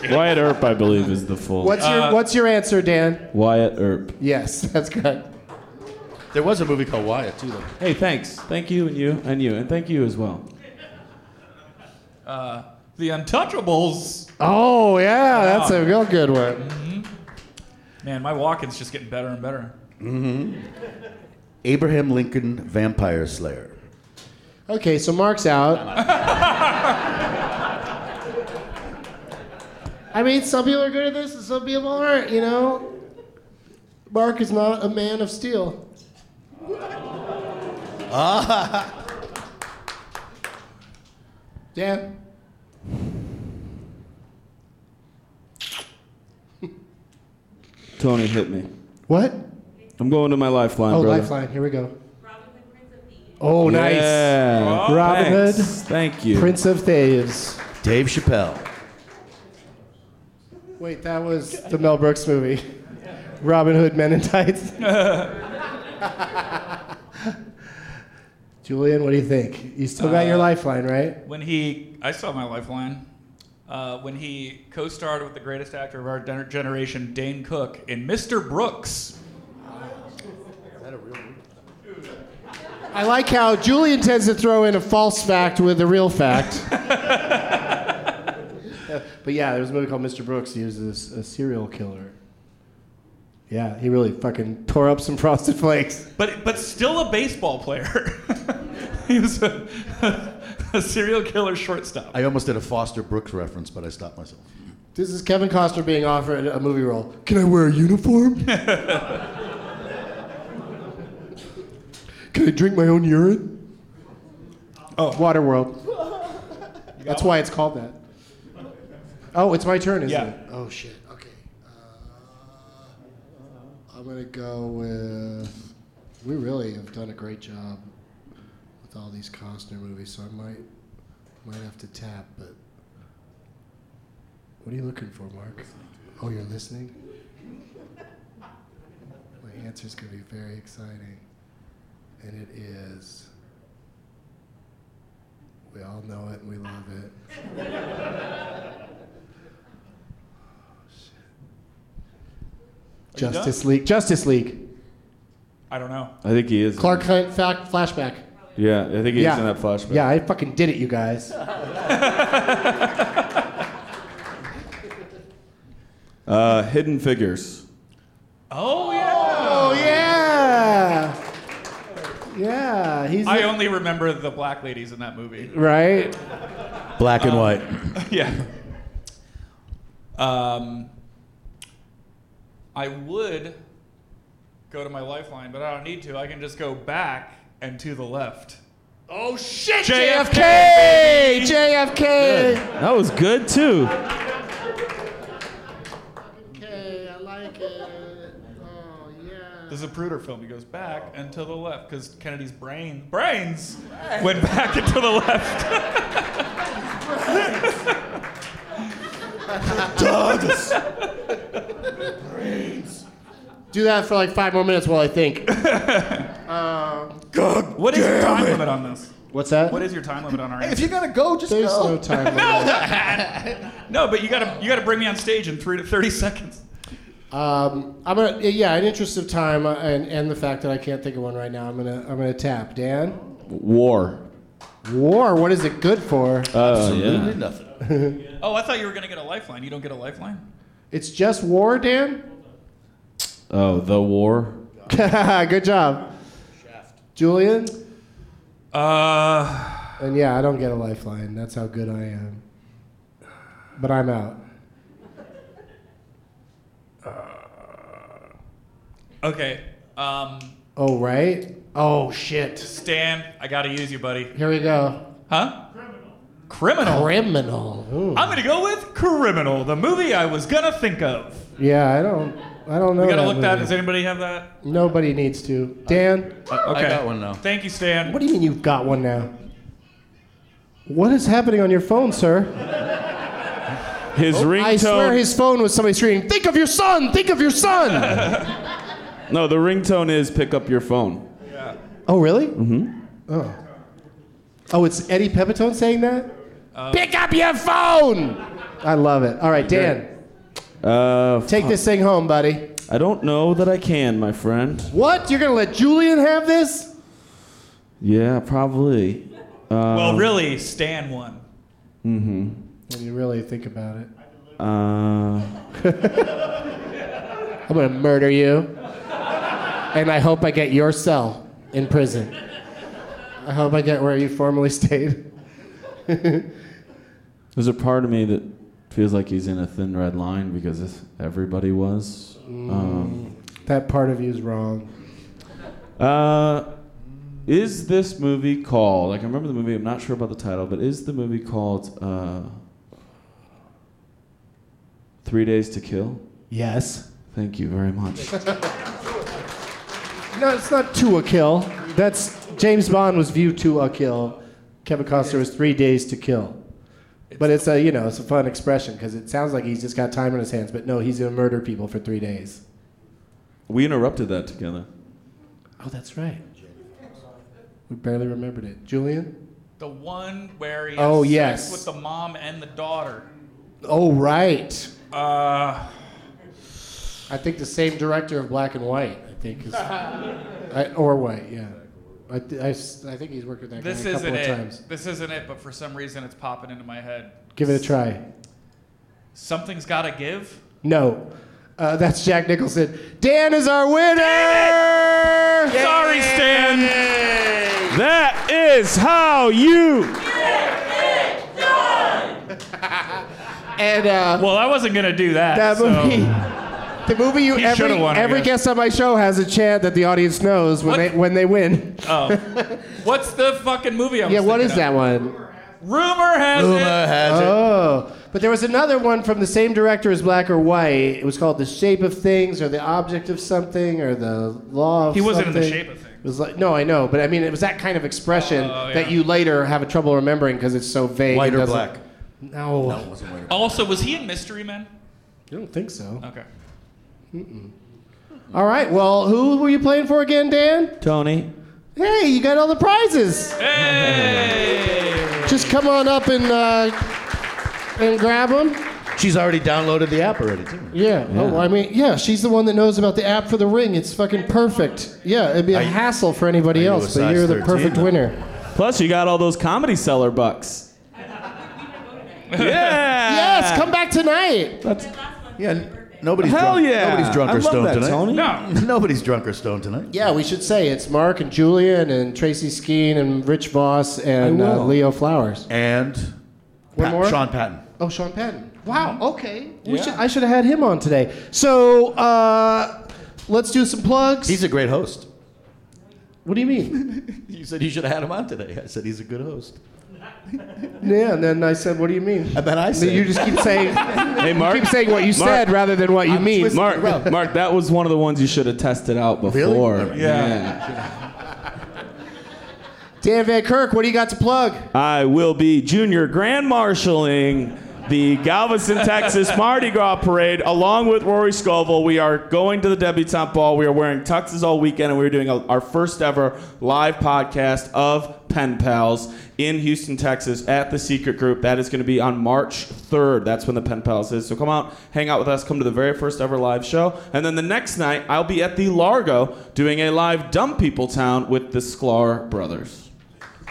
Wyatt Earp, I believe, is the full. What's your What's your answer, Dan? Wyatt Earp. Yes, <laughs> that's correct. There was a movie called Wyatt, too, though. Hey, thanks. Thank you and you and you and thank you as well. Uh, the Untouchables. Oh yeah, that's a real good one. Man, my walk-in's just getting better and better. Mm-hmm. Abraham Lincoln Vampire Slayer. Okay, so Mark's out. I mean, some people are good at this, and some people aren't. You know, Mark is not a man of steel. Ah. Dan, Tony hit me. What? I'm going to my lifeline, oh, brother. Lifeline, here we go. Oh, nice. Yeah. Oh, Robin thanks. Hood. Thank you. Prince of Thieves. Dave Chappelle. Wait, that was the Mel Brooks movie. Robin Hood Men in Tights. <laughs> Julian, what do you think? You still got your Uh, lifeline, right? When he, I saw my lifeline. Uh, when he co-starred with the greatest actor of our gener- generation, Dane Cook, in Mr. Brooks. I like how Julian tends to throw in a false fact with a real fact. but yeah, there was a movie called Mr. Brooks. He was this, a serial killer. Yeah, he really fucking tore up some <laughs> frosted flakes. but but still a baseball player. <laughs> he was a, a <laughs> serial killer shortstop. I almost did a Foster Brooks reference, but I stopped myself. This is Kevin Costner being offered a movie role. Can I wear <laughs> a uniform? Can I drink my own urine? Oh, Waterworld. That's why it's called that. Oh, it's my turn, isn't Yeah. it? Oh shit. Okay. I'm gonna go with. We really have done a great job with all these Costner movies, so I might might have to tap. But what are you looking for, Mark? Oh, you're listening. My answer's gonna be very exciting, and it is. We all know it and we love it. Oh, Are you done? Justice League. Justice League. I don't know. I think he is. Clark Kent fact flashback. Yeah, I think he's in that flashback. Yeah, I fucking did it, you guys. Uh, Hidden Figures. Oh yeah. Oh yeah. Yeah, he's I the- only remember the black ladies in that movie. <laughs> right. Black Uh, and white. yeah. Um, I would go to my lifeline, but I don't need to. I can just go back and to the left. Oh shit! JFK. JFK. That was good too. Okay, I like uh, it. Oh yeah. This is a Pruder film. He goes back and to the left because Kennedy's brain brains went back <laughs> and to the left. Douglas. Do that for like five more minutes while I think. um, God What is your damn time it. limit on this? What's that? What is your time limit on our? If you're gonna go, just There's go. <laughs> no time no, but you gotta you gotta bring me on stage in three to thirty seconds. Um, I'm gonna yeah, in interest of time uh, and and the fact that I can't think of one right now, I'm gonna I'm gonna tap Dan. War. War. What is it good for? Uh, Absolutely yeah. nothing. Oh, I thought you were gonna get a lifeline. You don't get a lifeline. it's just war, Dan. <laughs> Oh, the war. good job, Julian. Uh. And yeah, I don't get a lifeline. That's how good I am. But I'm out. Okay. Um, Oh right. Oh shit. Stan, I gotta use you, buddy. Here we go. Huh? Criminal. Criminal. Ooh. I'm gonna go with Criminal, the movie I was gonna think of. Yeah, I don't. I don't know. we gotta that look that. Does movie. anybody have that? Nobody needs to. Dan. Okay. Thank you, Stan. What do you mean you've got one now? What is happening on your phone, sir? His ringtone. Oh, I swear his phone was somebody screaming, Think of your son! Think of your son! No, the ringtone is pick up your phone. oh, really? Mm-hmm. Oh. Oh, it's Eddie Pepitone saying that? Pick up your phone! I love it. All right, Dan, Uh, take fuck. this thing home, buddy. I don't know that I can, my friend. What? You're going to let Julian have this? Yeah, probably. Um, well, really, Stan won. Mm-hmm. When you really think about it, Uh, I'm going to murder you. And I hope I get your cell in prison. I hope I get where you formerly <laughs> stayed. there's a part of me that feels like he's in a thin red line because if everybody was. Um, that part of you is wrong. uh, is this movie called? I can remember the movie. I'm not sure about the title, but is the movie called uh, Three Days to Kill? Yes. Thank you very much. No, it's not to a kill. That's James Bond was viewed to a kill. Kevin Costner was three days to kill. But it's a you know it's a fun expression because it sounds like he's just got time on his hands. But no, he's gonna murder people for three days. We interrupted that together. Oh, that's right. We barely remembered it. Julian. The one where he has Oh, sex yes. with the mom and the daughter. Oh right. Uh, I think the same director of Black and White. I think <laughs> is, I, or White. Yeah. I, th- I, s- I think he's worked with that this guy a couple isn't it. of times. This isn't it, but for some reason it's popping into my head. Give it a try. Something's gotta give. No. Uh, that's Jack Nicholson. Dan is our winner! Sorry, Stan. That is how you. <laughs> And uh, Well, I wasn't gonna do that. that so- movie. The movie you He every, should've won, I every guess. guest on my show has a chant that the audience knows when they when they win. Oh. <laughs> What's the fucking movie? I was yeah, what thinking is that of? one? Rumor has it. oh, but there was another one from the same director as Black or White. It was called The Shape of Things, or The Object of Something, or The Law of. He wasn't in The Something. Shape of Things. It was like no, I know, but I mean it was that kind of expression Oh, that yeah. you later have a trouble remembering because it's so vague. White it or doesn't- black? No. No, it wasn't white or Also, was he in Mystery Men? I don't think so. Okay. All right. Well, who were you playing for again, Dan? Tony. Hey, you got all the prizes. Just come on up and uh, and grab them. She's already downloaded the app already, too. Yeah. Oh, I mean, yeah. She's the one that knows about the app for the ring. It's fucking perfect. Yeah, it'd be a Are you- hassle for anybody you a else, but size you're the 13, perfect though? winner. Plus, you got all those comedy seller bucks. yeah. Yes, come back tonight. Yeah, n- nobody's Hell drunk. yeah. Nobody's drunk I or love stoned that, tonight. <laughs> Tony. No. <laughs> Nobody's drunk or stoned tonight. Yeah, we should say it's Mark and Julian and Tracy Skeen and Rich Voss and I uh, will. Leo Flowers. And One Pat- more? Sean Patton. Oh, Sean Patton. Mm-hmm. Wow. Okay. We should, I should have had him on today. So uh, let's do some plugs. He's a great host. what do you <laughs> mean? You said you should have had him on today. I said he's a good host. yeah, and then I said, "What do you mean?" And then I said, You just keep <laughs> saying, Hey, Mark. keep saying what you Mark. said rather than what you mean. Mark, Mark, that was one of the ones you should have tested out before. All right. Yeah. Dan Van Kirk, what do you got to plug? I will be junior grand marshaling the Galveston, Texas Mardi Gras parade, along with Rory Scovel. We are going to the debutante ball. We are wearing tuxes all weekend, and we are doing a, our first ever live podcast of Pen Pals in Houston, Texas, at the Secret Group. That is going to be on March 3rd. That's when the Pen Pals is. So come out, hang out with us, come to the very first ever live show. And then the next night, I'll be at the Largo doing a live Dumb People Town with the Sklar Brothers.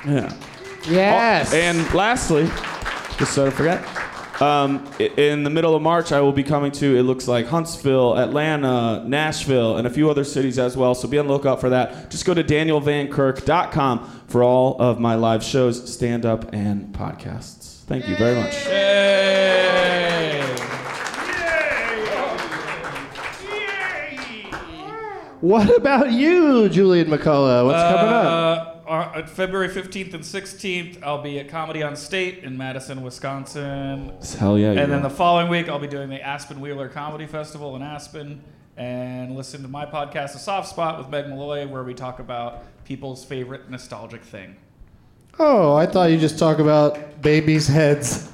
Yeah. Yes. Oh, and lastly, just so I don't forget, um, i- in the middle of March, I will be coming to, it looks like Huntsville, Atlanta, Nashville, and a few other cities as well. So be on the lookout for that. Just go to danielvankirk.com for all of my live shows, stand up, and podcasts. Thank you very much. What about you, Julian McCullough? What's coming up? Uh, on- on February 15th and 16th, I'll be at Comedy on State in Madison, Wisconsin. Hell yeah, you And then are. the following week, I'll be doing the Aspen Wheeler Comedy Festival in Aspen. And listen to my podcast, The Soft Spot, with Meg Malloy, where we talk about people's favorite nostalgic thing. Oh, I thought you just talk about babies' heads.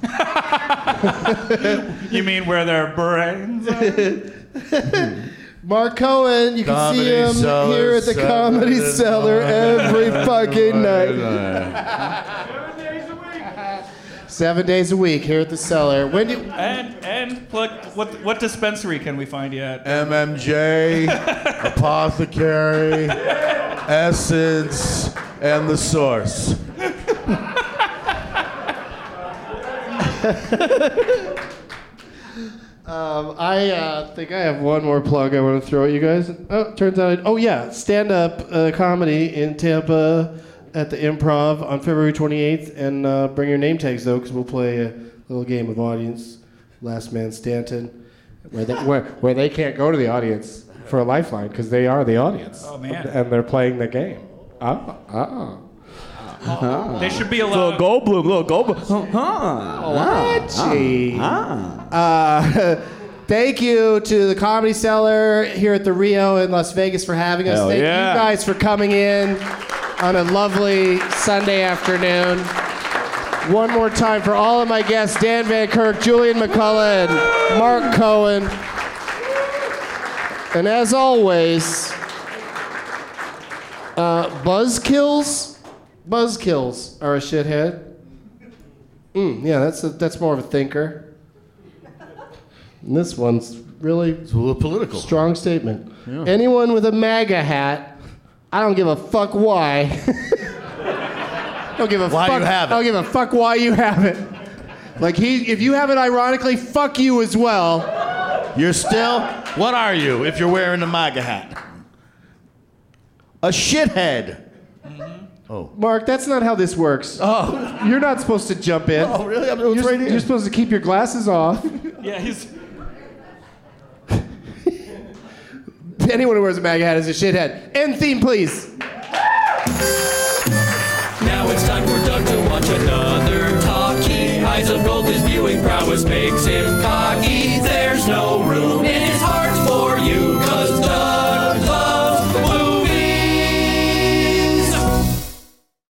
you mean where their brains Mark Cohen, you can Comedy see him Cellar, here at the Saturday Comedy night. Cellar every fucking Saturday night. Seven days a week here at the Cellar. When do And and plug what what dispensary can we find you at? <laughs> MMJ, Apothecary, Essence, and The Source. Um, I uh, think I have one more plug I want to throw at you guys. Oh, turns out, I, oh yeah, stand up uh, comedy in Tampa at the Improv on February 28th, and uh, bring your name tags though, because we'll play a little game of audience, last man Stanton, where they where, where they can't go to the audience for a lifeline because they are the audience. Oh, man. And they're playing the game. Ah, ah. ah. They should be allowed. Little Goldblum, little Goldblum. Huh? What? Gee. Uh, <laughs> thank you to the Comedy Cellar here at the Rio in Las Vegas for having us. Hell thank yeah. you guys for coming in on a lovely Sunday afternoon. One more time for all of my guests Dan Van Kirk, Julian McCullough, and Mark Cohen. And as always, uh, buzzkills? Buzzkills are a shithead. Mm, yeah, that's a, that's more of a thinker. And this one's really it's a little political. Strong statement. Anyone with a MAGA hat, I don't give a fuck why. <laughs> I don't give a Why fuck. you have it. I don't give a fuck why you have it. Like he, if you have it, ironically, fuck you as well. You're still, what are you if you're wearing a MAGA hat? A shithead. Mark, that's not how this works. Oh, you're not supposed to jump in. Oh, really? I'm- it's you're, right here. you're supposed to keep your glasses off. Yeah, he's <laughs> Anyone who wears a MAGA hat is a shithead. End theme, please. Now it's time for Doug to watch another talkie. Eyes of gold, his viewing prowess makes him